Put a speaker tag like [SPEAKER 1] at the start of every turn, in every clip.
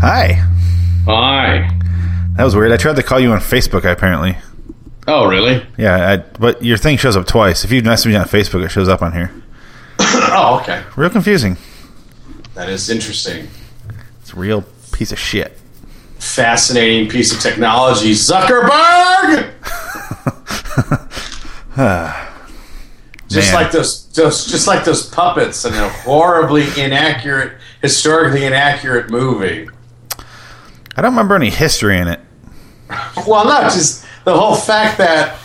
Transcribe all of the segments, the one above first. [SPEAKER 1] Hi.
[SPEAKER 2] Hi.
[SPEAKER 1] That was weird. I tried to call you on Facebook. Apparently,
[SPEAKER 2] Oh, really?
[SPEAKER 1] yeah. I, but your thing shows up twice. If you message me on Facebook, it shows up on here.
[SPEAKER 2] Oh, okay.
[SPEAKER 1] Real confusing.
[SPEAKER 2] That is interesting.
[SPEAKER 1] It's a real piece of shit.
[SPEAKER 2] Fascinating piece of technology, Zuckerberg. just
[SPEAKER 1] Man.
[SPEAKER 2] like those, those, just like those puppets in a horribly inaccurate, historically inaccurate movie.
[SPEAKER 1] I don't remember any history in it.
[SPEAKER 2] Well, no, just the whole fact that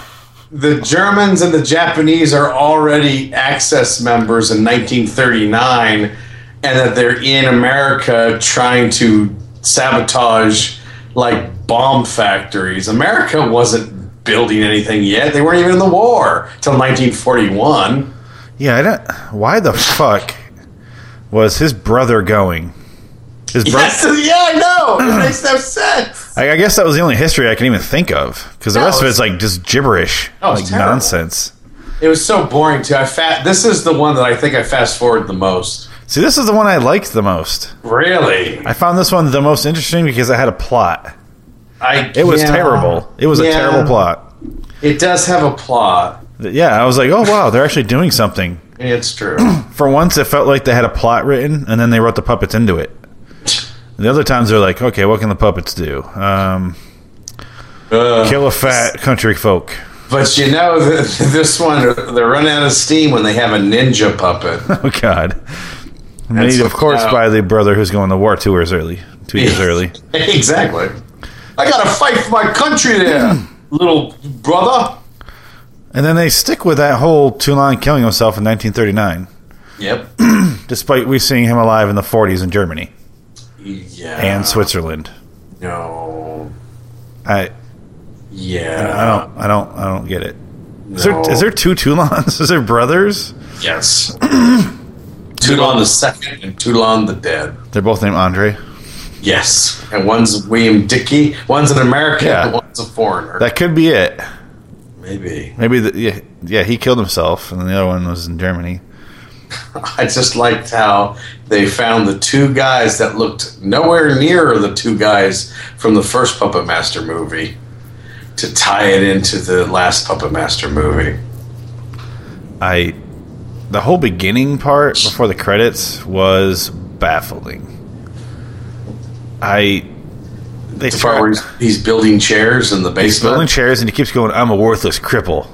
[SPEAKER 2] the Germans and the Japanese are already Access members in 1939, and that they're in America trying to sabotage like bomb factories. America wasn't building anything yet; they weren't even in the war till 1941.
[SPEAKER 1] Yeah, I don't. Why the fuck was his brother going? His brother.
[SPEAKER 2] Yes, yeah, I know. It makes no sense.
[SPEAKER 1] I, I guess that was the only history I can even think of because the
[SPEAKER 2] No,
[SPEAKER 1] rest of
[SPEAKER 2] it's-
[SPEAKER 1] it's like just gibberish,
[SPEAKER 2] No, it's
[SPEAKER 1] like
[SPEAKER 2] terrible.
[SPEAKER 1] nonsense.
[SPEAKER 2] It was so boring too. I fa- This is the one that I think I fast forward the most.
[SPEAKER 1] See, this is the one I liked the most.
[SPEAKER 2] Really,
[SPEAKER 1] I found this one the most interesting because it had a plot.
[SPEAKER 2] I
[SPEAKER 1] It was
[SPEAKER 2] yeah.
[SPEAKER 1] terrible. It was a
[SPEAKER 2] Yeah.
[SPEAKER 1] terrible plot.
[SPEAKER 2] It does have a plot.
[SPEAKER 1] Yeah, I was like, oh wow, they're actually doing something.
[SPEAKER 2] It's true.
[SPEAKER 1] For once, it felt like they had a plot written, and then they wrote the puppets into it. The other times they're like, okay, what can the puppets do? Um,
[SPEAKER 2] Uh,
[SPEAKER 1] kill a fat country folk.
[SPEAKER 2] but you know, th- this one, they're running out of steam when they have a ninja puppet.
[SPEAKER 1] Oh God! Made,
[SPEAKER 2] That's-
[SPEAKER 1] of course,
[SPEAKER 2] no.
[SPEAKER 1] by the brother who's going to war two years early. Two years early.
[SPEAKER 2] exactly. I gotta fight for my country there, little brother.
[SPEAKER 1] And then they stick with that whole Toulon killing himself in 1939,
[SPEAKER 2] Yep.
[SPEAKER 1] despite we seeing him alive in the 40s in Germany
[SPEAKER 2] Yeah.
[SPEAKER 1] and Switzerland.
[SPEAKER 2] No.
[SPEAKER 1] I, I
[SPEAKER 2] Yeah.
[SPEAKER 1] don't, I don't, I don't get it. Is
[SPEAKER 2] No.
[SPEAKER 1] there, is there two Toulons? Is there brothers?
[SPEAKER 2] Yes. Toulon the second and Toulon the dead.
[SPEAKER 1] They're both named Andre.
[SPEAKER 2] Yes. And one's William Dickey. One's an American.
[SPEAKER 1] Yeah.
[SPEAKER 2] and One's a foreigner.
[SPEAKER 1] That could be it.
[SPEAKER 2] Maybe.
[SPEAKER 1] Maybe the, yeah, yeah, he killed himself, and the other one was in Germany.
[SPEAKER 2] I just liked how they found the two guys that looked nowhere near the two guys from the first Puppet Master movie to tie it into the last Puppet Master movie.
[SPEAKER 1] I, the whole beginning part before the credits was baffling. I, they
[SPEAKER 2] The part where he's, he's building chairs in the
[SPEAKER 1] building
[SPEAKER 2] basement.
[SPEAKER 1] chairs and he keeps going i'm a worthless cripple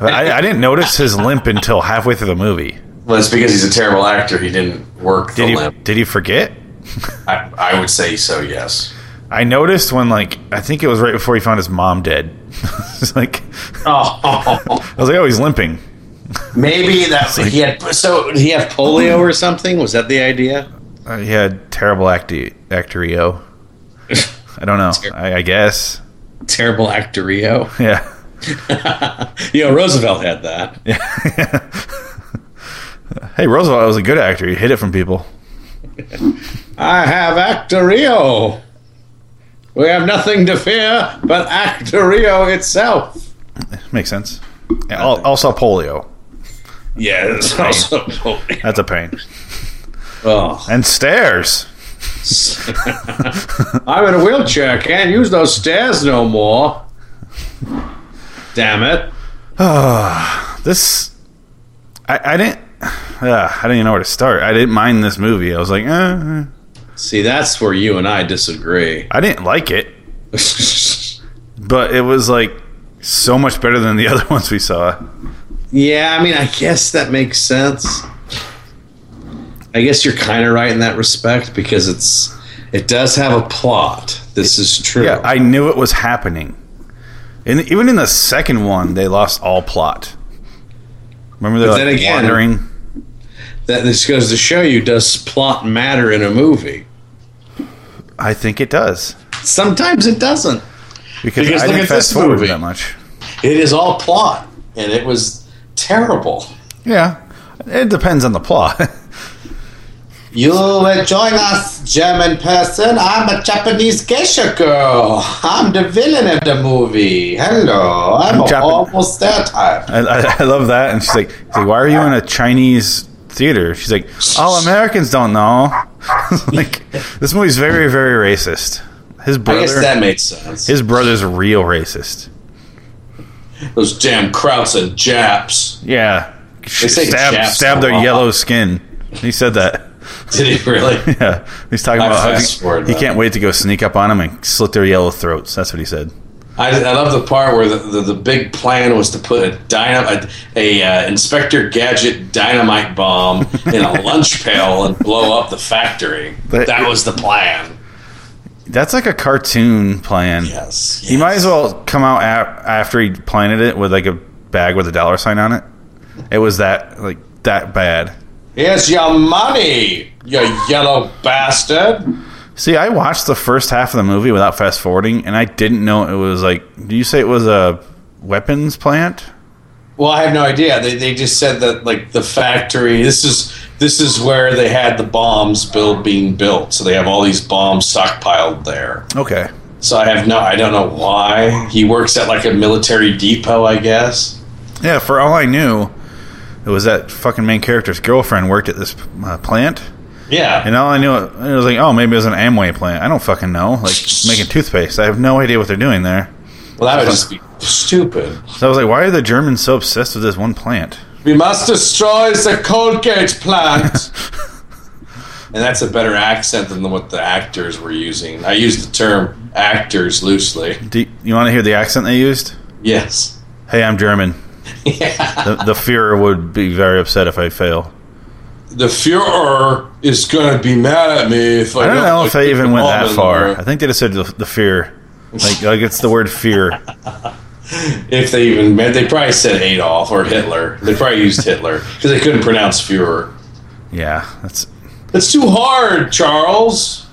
[SPEAKER 1] I, I didn't notice his limp until halfway through the movie
[SPEAKER 2] Well, it's because he's a terrible actor. He didn't work the
[SPEAKER 1] did you
[SPEAKER 2] limp.
[SPEAKER 1] did you forget
[SPEAKER 2] I, I would say so, yes.
[SPEAKER 1] i noticed when like i think it was right before he found his mom dead it's like
[SPEAKER 2] Oh,
[SPEAKER 1] i was like oh he's limping
[SPEAKER 2] maybe that he had. So did he have polio or something? Was that the idea?
[SPEAKER 1] uh, he had terrible acti- actorio i don't know I, I guess
[SPEAKER 3] Terrible actorio.
[SPEAKER 1] yeah
[SPEAKER 3] you know, Roosevelt had that.
[SPEAKER 1] hey roosevelt was a good actor he hid it from people
[SPEAKER 3] I have actorio. We have nothing to fear but actorio itself.
[SPEAKER 1] makes sense Yeah, al- also polio
[SPEAKER 3] Yes. Also,
[SPEAKER 1] that's a pain
[SPEAKER 3] oh,
[SPEAKER 1] and stairs
[SPEAKER 3] I'm in a wheelchair. I Can't use those stairs no more. Damn it.
[SPEAKER 1] this I, I didn't uh, I didn't even know where to start. I didn't mind this movie. I was like, eh, eh.
[SPEAKER 3] See, that's where you and I disagree.
[SPEAKER 1] I didn't like it, but it was like so much better than the other ones we saw.
[SPEAKER 3] Yeah, I mean, I guess that makes sense. I guess you're kind of right in that respect because it's it does have a plot. This is true.
[SPEAKER 1] Yeah, I knew it was happening, and even in the second one, they lost all plot. Remember they're
[SPEAKER 3] But
[SPEAKER 1] like,
[SPEAKER 3] then again-
[SPEAKER 1] wandering.
[SPEAKER 3] that this goes to show you does plot matter in a movie?
[SPEAKER 1] I think it does
[SPEAKER 3] Sometimes it doesn't.
[SPEAKER 1] because,
[SPEAKER 2] Because
[SPEAKER 1] I
[SPEAKER 2] look
[SPEAKER 1] didn't
[SPEAKER 2] at this
[SPEAKER 1] fast forward
[SPEAKER 2] movie.
[SPEAKER 1] that much.
[SPEAKER 2] It is all plot, and it was terrible.
[SPEAKER 1] Yeah, it depends on the plot.
[SPEAKER 2] You will join us, German person. I'm a Japanese geisha girl. I'm the villain of the movie. Hello, I'm,
[SPEAKER 1] I'm Japan-
[SPEAKER 2] almost there type.
[SPEAKER 1] I, I, I love that. And she's like, she's like, why are you in a Chinese theater? She's like, all Americans don't know. like this movie's very very racist. His
[SPEAKER 2] I guess
[SPEAKER 1] brother,
[SPEAKER 2] that made sense.
[SPEAKER 1] his brother's a real racist.
[SPEAKER 2] Those damn Krauts and Japs.
[SPEAKER 1] Yeah,
[SPEAKER 2] say
[SPEAKER 1] stab
[SPEAKER 2] Japs
[SPEAKER 1] stab
[SPEAKER 2] a
[SPEAKER 1] their
[SPEAKER 2] lot.
[SPEAKER 1] yellow skin. He said that.
[SPEAKER 2] Did he really?
[SPEAKER 1] Yeah, he's talking
[SPEAKER 2] I
[SPEAKER 1] about how
[SPEAKER 2] fast forward
[SPEAKER 1] he, he
[SPEAKER 2] that.
[SPEAKER 1] can't wait to go sneak up on them and slit their yellow throats. That's what he said.
[SPEAKER 2] I, I love the part where the, the, the big plan was to put a dynam a, a uh, Inspector Gadget dynamite bomb in a lunch pail and blow up the factory.
[SPEAKER 1] But-
[SPEAKER 2] that was the plan.
[SPEAKER 1] That's like a cartoon plan.
[SPEAKER 2] Yes.
[SPEAKER 1] He might as well come out a after he planted it with like a bag with a dollar sign on it. It was that like that bad.
[SPEAKER 2] Here's your money, you yellow bastard.
[SPEAKER 1] See, I watched the first half of the movie without fast forwarding, and I didn't know it was like. Do you say it was a weapons plant?
[SPEAKER 2] Well, I have no idea. They, they just said that like the factory. This is this is where they had the bombs build being built. So they have all these bombs stockpiled there.
[SPEAKER 1] Okay,
[SPEAKER 2] So I have no. I don't know why he works at like a military depot. I guess.
[SPEAKER 1] yeah. For all I knew, it was that fucking main character's girlfriend worked at this uh, plant.
[SPEAKER 2] Yeah.
[SPEAKER 1] And all I knew, it was like, oh, maybe it was an Amway plant. I don't fucking know. Like making toothpaste. I have no idea what they're doing there.
[SPEAKER 2] well, that would just be stupid.
[SPEAKER 1] So I was like, why are the Germans so obsessed with this one plant?
[SPEAKER 2] We must destroy the Colgate plant. and that's a better accent than what the actors were using. I use the term actors loosely.
[SPEAKER 1] Do you, you want to hear the accent they used?
[SPEAKER 2] Yes.
[SPEAKER 1] Hey, I'm German. The, the Fuhrer would be very upset if I fail.
[SPEAKER 2] the Fuhrer is going to be mad at me if I,
[SPEAKER 1] I don't know if
[SPEAKER 2] like
[SPEAKER 1] they even went
[SPEAKER 2] the
[SPEAKER 1] that
[SPEAKER 2] bomb
[SPEAKER 1] far.
[SPEAKER 2] in
[SPEAKER 1] I
[SPEAKER 2] there.
[SPEAKER 1] think they just said the, the fear. Like, like it's the word fear.
[SPEAKER 2] If they even meant, they probably said Adolf or Hitler. They probably used Hitler because they couldn't pronounce Fuhrer.
[SPEAKER 1] Yeah, that's
[SPEAKER 2] It's too hard, Charles.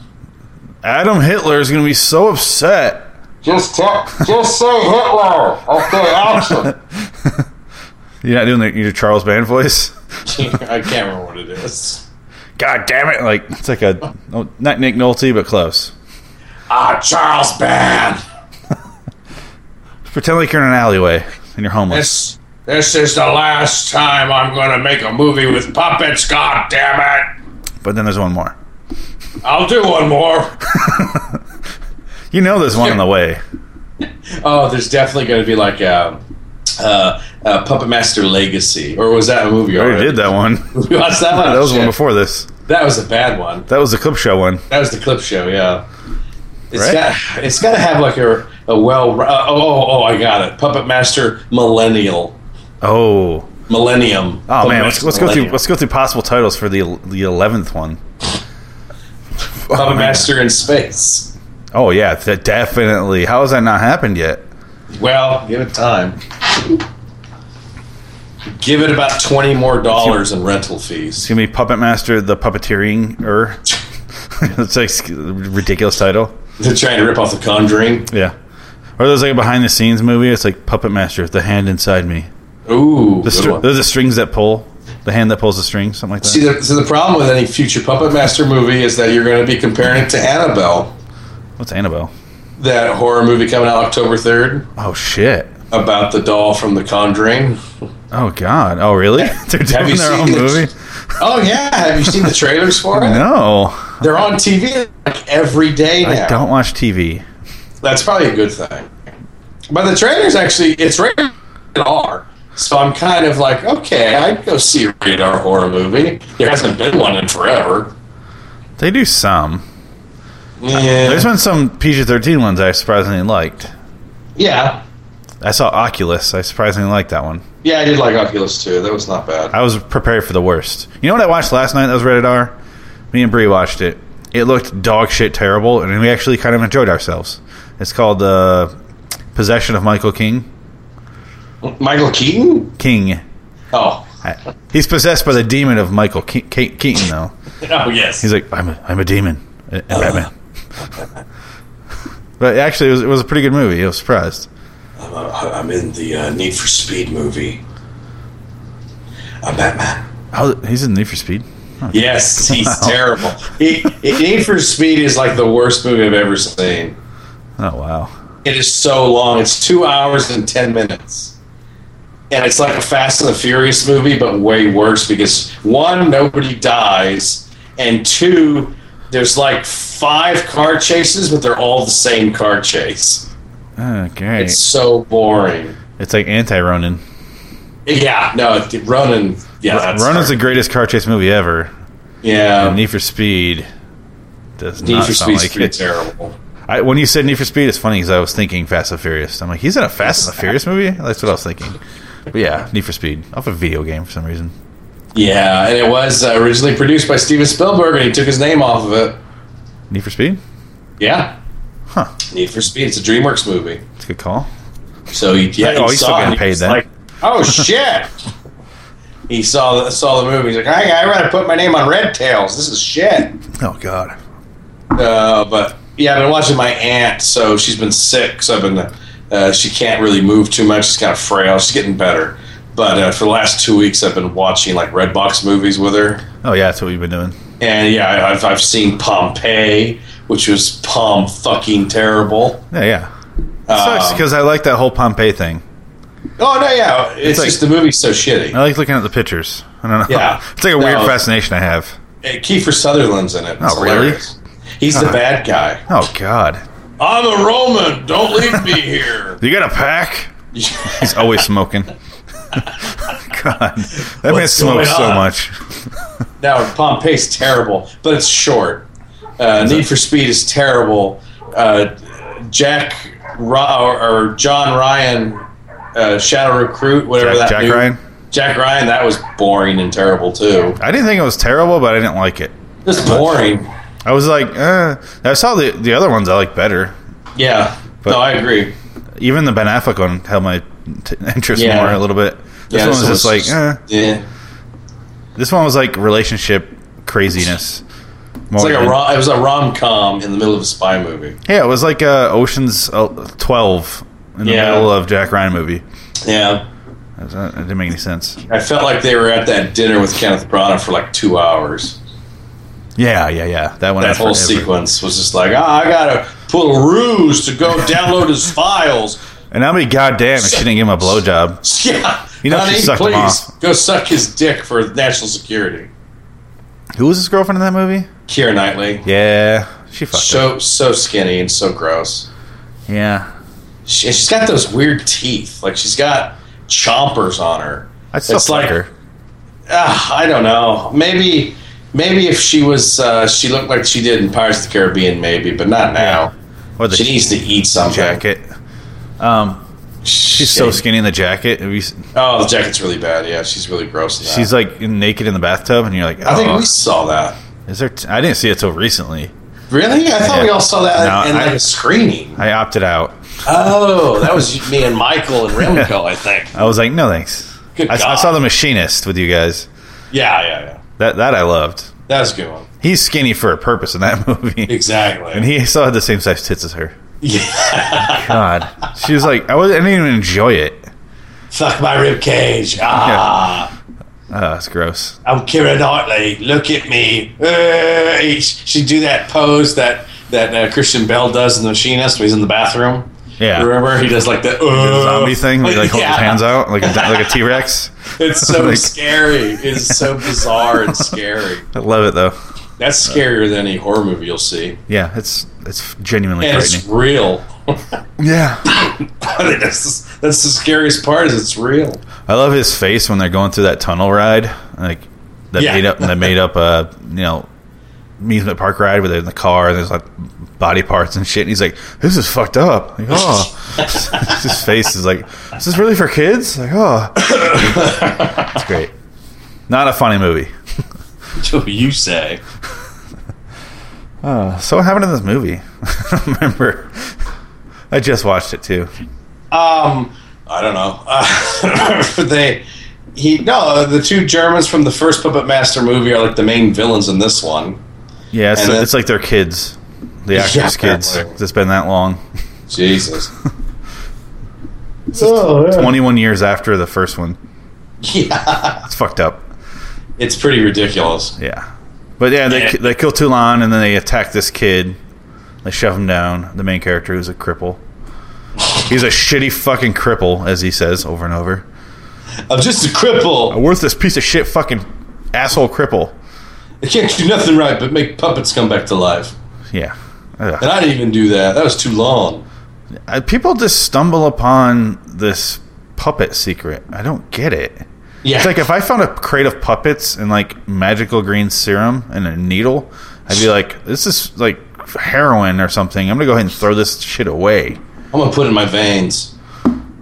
[SPEAKER 1] Adam Hitler is going to be so upset.
[SPEAKER 2] Just tell, just say Hitler. Okay, action.
[SPEAKER 1] You're not doing the, your Charles Band voice.
[SPEAKER 2] I can't remember what it is.
[SPEAKER 1] God damn it! Like it's like a no, not Nick Nolte, but close.
[SPEAKER 2] Ah, Charles Band.
[SPEAKER 1] Pretend like you're in an alleyway and you're homeless.
[SPEAKER 2] This, this is the last time I'm going to make a movie with puppets. God damn it!
[SPEAKER 1] But then there's one more.
[SPEAKER 2] I'll do one more.
[SPEAKER 1] You know there's one on the way.
[SPEAKER 2] Oh, there's definitely going to be like a, uh, uh Puppet Master Legacy, or was that a movie?
[SPEAKER 1] I already did that one.
[SPEAKER 2] We watched that one.
[SPEAKER 1] That was the one
[SPEAKER 2] Oh, Shit.
[SPEAKER 1] before this.
[SPEAKER 2] That was a bad one.
[SPEAKER 1] That was the clip show one.
[SPEAKER 2] That was the clip show. Yeah. It's
[SPEAKER 1] Right?
[SPEAKER 2] got. It's got to have like a a well. Uh, oh, oh, oh, I got it. Puppet Master Millennial.
[SPEAKER 1] Oh,
[SPEAKER 2] Millennium.
[SPEAKER 1] oh
[SPEAKER 2] Puppet
[SPEAKER 1] man, let's,
[SPEAKER 2] Master
[SPEAKER 1] let's go through
[SPEAKER 2] Millennium.
[SPEAKER 1] let's go through possible titles for the the eleventh one.
[SPEAKER 2] Puppet
[SPEAKER 1] oh, man.
[SPEAKER 2] Master in Space.
[SPEAKER 1] Oh yeah, that definitely. How has that not happened yet?
[SPEAKER 2] Well, give it time. Give it about twenty more dollars in rental fees.
[SPEAKER 1] It's gonna be Puppet Master, the puppeteering er. it's like a ridiculous title.
[SPEAKER 2] They're trying to rip off The Conjuring.
[SPEAKER 1] Yeah. Or there's like a behind the scenes movie. It's like Puppet Master, the hand inside me.
[SPEAKER 2] Ooh,
[SPEAKER 1] The
[SPEAKER 2] good
[SPEAKER 1] str-
[SPEAKER 2] one.
[SPEAKER 1] those are the strings that pull. The hand that pulls the string, something like that.
[SPEAKER 2] See, the, so the problem with any future Puppet Master movie is that you're going to be comparing it to Annabelle,
[SPEAKER 1] What's Annabelle?
[SPEAKER 2] that horror movie coming out October 3rd
[SPEAKER 1] Oh shit.
[SPEAKER 2] about the doll from The Conjuring.
[SPEAKER 1] Oh god. Oh really? They're
[SPEAKER 2] Have
[SPEAKER 1] doing
[SPEAKER 2] you
[SPEAKER 1] their
[SPEAKER 2] seen
[SPEAKER 1] own
[SPEAKER 2] the-
[SPEAKER 1] movie?
[SPEAKER 2] Oh, yeah. Have you seen the trailers for it?
[SPEAKER 1] No.
[SPEAKER 2] They're on TV like every day now.
[SPEAKER 1] I don't watch TV.
[SPEAKER 2] That's probably a good thing. But the trailers actually, it's rated R. So I'm kind of like, okay, I'd go see a rated R horror movie. There hasn't been one in forever.
[SPEAKER 1] They do some. There's
[SPEAKER 2] Yeah.
[SPEAKER 1] been some PG-13 ones I surprisingly liked.
[SPEAKER 2] Yeah.
[SPEAKER 1] I saw Oculus. I surprisingly liked that one.
[SPEAKER 2] Yeah, I did like Oculus too. That was not bad.
[SPEAKER 1] I was prepared for the worst. You know what I watched last night that was rated R? Me and Bree watched it. It looked dog shit terrible, and we actually kind of enjoyed ourselves. It's called uh, Possession of Michael King.
[SPEAKER 2] Michael Keaton?
[SPEAKER 1] King.
[SPEAKER 2] Oh.
[SPEAKER 1] I- He's possessed by the demon of Michael Ke- Ke- Keaton, though.
[SPEAKER 2] Oh, yes.
[SPEAKER 1] He's like, I'm a, I'm a demon. And Batman. but actually, it was, it was a pretty good movie. I was surprised.
[SPEAKER 2] I'm in the uh, Need for Speed movie. I'm Batman.
[SPEAKER 1] Oh, he's in Need for Speed.
[SPEAKER 2] Yes, he's terrible. He, he- Need for Speed is like the worst movie I've ever seen.
[SPEAKER 1] Oh, wow.
[SPEAKER 2] It is so long. It's two hours and ten minutes. And it's like a Fast and the Furious movie, but way worse because one, nobody dies, and two, There's like five car chases, but they're all the same car chase.
[SPEAKER 1] Okay.
[SPEAKER 2] It's
[SPEAKER 1] It's,
[SPEAKER 2] so boring.
[SPEAKER 1] like anti Ronin.
[SPEAKER 2] Yeah, no, it- Ronin. Yeah, that's
[SPEAKER 1] Ronin's the greatest car chase movie ever.
[SPEAKER 2] yeah.
[SPEAKER 1] Need for Speed does
[SPEAKER 2] Need
[SPEAKER 1] not
[SPEAKER 2] for
[SPEAKER 1] sound
[SPEAKER 2] Speed's
[SPEAKER 1] like
[SPEAKER 2] pretty
[SPEAKER 1] it.
[SPEAKER 2] terrible.
[SPEAKER 1] I, when you said Need for Speed, it's funny because I was thinking Fast and Furious. I'm like, he's in a Fast and the Furious movie. That's what I was thinking. But yeah, Need for Speed off a video game for some reason.
[SPEAKER 2] Yeah, and it was uh, originally produced by Steven Spielberg, and he took his name off of it.
[SPEAKER 1] Need for Speed.
[SPEAKER 2] Yeah,
[SPEAKER 1] Huh.
[SPEAKER 2] Need for Speed. It's a DreamWorks movie.
[SPEAKER 1] It's a good call.
[SPEAKER 2] So he, yeah,
[SPEAKER 1] Oh,
[SPEAKER 2] he
[SPEAKER 1] he's still
[SPEAKER 2] saw it.
[SPEAKER 1] getting
[SPEAKER 2] and he
[SPEAKER 1] paid
[SPEAKER 2] was
[SPEAKER 1] then.
[SPEAKER 2] Like, oh shit! he saw the, saw the movie. He's like, I, I gotta put my name on Red Tails. This is shit.
[SPEAKER 1] Oh God.
[SPEAKER 2] Uh, but yeah, I've been watching my aunt. So she's been sick. So I've been. Uh, she can't really move too much. She's kind of frail. She's getting better. But uh, for the last two weeks, I've been watching like Redbox movies with her.
[SPEAKER 1] Oh yeah, that's what we've been doing.
[SPEAKER 2] And yeah, I- I've, I've seen Pompeii, which was palm fucking terrible.
[SPEAKER 1] Yeah, yeah. It sucks
[SPEAKER 2] Um,
[SPEAKER 1] because I like that whole Pompeii thing.
[SPEAKER 2] Oh no, yeah, it's,
[SPEAKER 1] like-
[SPEAKER 2] just the movie's so shitty.
[SPEAKER 1] I like looking at the pictures. I don't know.
[SPEAKER 2] Yeah.
[SPEAKER 1] it's like a weird
[SPEAKER 2] No.
[SPEAKER 1] fascination I have.
[SPEAKER 2] Hey, Kiefer Sutherland's in it. It's
[SPEAKER 1] Oh, really?
[SPEAKER 2] hilarious. He's the bad guy.
[SPEAKER 1] Oh God.
[SPEAKER 2] I'm a Roman. Don't leave me here.
[SPEAKER 1] You got a pack? He's always smoking. God, that man
[SPEAKER 2] What's
[SPEAKER 1] smokes
[SPEAKER 2] going
[SPEAKER 1] so
[SPEAKER 2] on?
[SPEAKER 1] much.
[SPEAKER 2] now Pompeii's terrible, but it's short. Uh, Need for Speed is terrible. Uh, Jack Ra- or, or John Ryan, uh, Shadow Recruit, whatever
[SPEAKER 1] Jack-
[SPEAKER 2] that.
[SPEAKER 1] Jack
[SPEAKER 2] new-
[SPEAKER 1] Ryan?
[SPEAKER 2] Jack Ryan. That was boring and terrible too.
[SPEAKER 1] I didn't think it was terrible, but I didn't like it.
[SPEAKER 2] Just boring.
[SPEAKER 1] I was like, eh. I saw the the other ones I like better.
[SPEAKER 2] Yeah.
[SPEAKER 1] But-
[SPEAKER 2] no, I agree.
[SPEAKER 1] Even the Ben Affleck one held my t- interest
[SPEAKER 2] Yeah.
[SPEAKER 1] more a little bit. This one
[SPEAKER 2] yeah,
[SPEAKER 1] was just like, eh.
[SPEAKER 2] yeah.
[SPEAKER 1] This one was like relationship craziness.
[SPEAKER 2] It's like a rom- it was a rom com in the middle of a spy movie.
[SPEAKER 1] yeah, it was like uh, Ocean's uh, Twelve in the
[SPEAKER 2] Yeah.
[SPEAKER 1] middle of Jack Ryan movie.
[SPEAKER 2] Yeah.
[SPEAKER 1] That was- that didn't make any sense.
[SPEAKER 2] I felt like they were at that dinner with Kenneth Branagh for like two hours.
[SPEAKER 1] Yeah, yeah, yeah. That one.
[SPEAKER 2] That
[SPEAKER 1] had
[SPEAKER 2] whole
[SPEAKER 1] forever.
[SPEAKER 2] sequence was just like, ah, I gotta pull a ruse to go download his files.
[SPEAKER 1] And I'll be goddamn if she didn't give him a blowjob.
[SPEAKER 2] Yeah,
[SPEAKER 1] You know she
[SPEAKER 2] honey,
[SPEAKER 1] sucked him
[SPEAKER 2] please
[SPEAKER 1] off.
[SPEAKER 2] go suck his dick for national security.
[SPEAKER 1] Who was his girlfriend in that movie?
[SPEAKER 2] Keira Knightley,
[SPEAKER 1] Yeah, she fucked. him.
[SPEAKER 2] so so skinny and so gross.
[SPEAKER 1] Yeah,
[SPEAKER 2] She, she's got those weird teeth, like she's got chompers on her.
[SPEAKER 1] I'd still
[SPEAKER 2] It's
[SPEAKER 1] fuck
[SPEAKER 2] like-
[SPEAKER 1] her.
[SPEAKER 2] Ah, I don't know. Maybe, maybe if she was, uh, she looked like she did in Pirates of the Caribbean, maybe, but not now.
[SPEAKER 1] Or the
[SPEAKER 2] She needs to eat something.
[SPEAKER 1] jacket. Um, she's so
[SPEAKER 2] Shit.
[SPEAKER 1] skinny in the jacket. Have you s-
[SPEAKER 2] Oh, the jacket's really bad. Yeah, she's really gross. in that.
[SPEAKER 1] She's like naked in the bathtub, and you're like, oh,
[SPEAKER 2] I think we saw that.
[SPEAKER 1] is there? T- I didn't see it till recently.
[SPEAKER 2] Really? I thought we all saw that
[SPEAKER 1] No,
[SPEAKER 2] in like
[SPEAKER 1] I-
[SPEAKER 2] a screening.
[SPEAKER 1] I opted out.
[SPEAKER 2] Oh, that was me and Michael and Remco, I think.
[SPEAKER 1] I was like, no thanks.
[SPEAKER 2] Good
[SPEAKER 1] I, I
[SPEAKER 2] God.
[SPEAKER 1] saw the machinist with you guys.
[SPEAKER 2] Yeah, yeah, yeah.
[SPEAKER 1] That that I loved.
[SPEAKER 2] That was a good one.
[SPEAKER 1] He's skinny for a purpose in that movie,
[SPEAKER 2] Exactly.
[SPEAKER 1] and he still had the same size tits as her.
[SPEAKER 2] yeah.
[SPEAKER 1] God, she was like, I, was, I didn't even enjoy it.
[SPEAKER 2] Fuck my rib cage. Ah,
[SPEAKER 1] Oh, that's gross.
[SPEAKER 2] I'm Kira Knightley. Look at me. Uh, she'd do that pose that that uh, Christian Bell does in The Machinist when he's in the bathroom.
[SPEAKER 1] Yeah.
[SPEAKER 2] Remember, he does like the
[SPEAKER 1] The
[SPEAKER 2] uh,
[SPEAKER 1] zombie thing, where you, like hold
[SPEAKER 2] Yeah.
[SPEAKER 1] your hands out, like a like a T Rex.
[SPEAKER 2] It's so
[SPEAKER 1] Like-
[SPEAKER 2] scary. It's so bizarre and scary.
[SPEAKER 1] I love it though.
[SPEAKER 2] That's scarier than any horror movie you'll see.
[SPEAKER 1] Yeah, it's it's genuinely
[SPEAKER 2] And it's
[SPEAKER 1] frightening.
[SPEAKER 2] real.
[SPEAKER 1] Yeah,
[SPEAKER 2] that's, the- that's the scariest part is it's real.
[SPEAKER 1] I love his face when they're going through that tunnel ride, like that
[SPEAKER 2] Yeah.
[SPEAKER 1] made up that made up a you know amusement park ride where they're in the car and there's like body parts and shit. And he's like, "This is fucked up." Like, oh, his face is like, "This is really for kids." Like, oh, it's great. Not a funny movie.
[SPEAKER 2] you say.
[SPEAKER 1] So what happened in this movie? I don't remember. I just watched it too.
[SPEAKER 2] Um, I don't know. Uh, they, he, no, the two Germans from the first Puppet Master movie are like the main villains in this one.
[SPEAKER 1] Yeah, it's,
[SPEAKER 2] And then-
[SPEAKER 1] it's like their kids, the actors' kids.
[SPEAKER 2] apparently.
[SPEAKER 1] It's been that long.
[SPEAKER 2] Jesus. Oh,
[SPEAKER 1] Twenty-one years after the first one.
[SPEAKER 2] yeah.
[SPEAKER 1] It's fucked up.
[SPEAKER 2] It's pretty ridiculous.
[SPEAKER 1] Yeah, but yeah, they
[SPEAKER 2] Yeah.
[SPEAKER 1] they kill Toulon and then they attack this kid. They shove him down. The main character who's a cripple. He's a shitty fucking cripple, as he says over and over.
[SPEAKER 2] I'm just a cripple.
[SPEAKER 1] A worthless piece of shit fucking asshole cripple.
[SPEAKER 2] They can't do nothing right but make puppets come back to life.
[SPEAKER 1] Yeah. Ugh.
[SPEAKER 2] And I didn't even do that. That was too long.
[SPEAKER 1] Uh, People just stumble upon this puppet secret. I don't get it.
[SPEAKER 2] Yeah.
[SPEAKER 1] It's like if I found a crate of puppets and like magical green serum and a needle, I'd be like, this is like heroin or something. I'm going to go ahead and throw this shit away.
[SPEAKER 2] I'm gonna put it in my veins.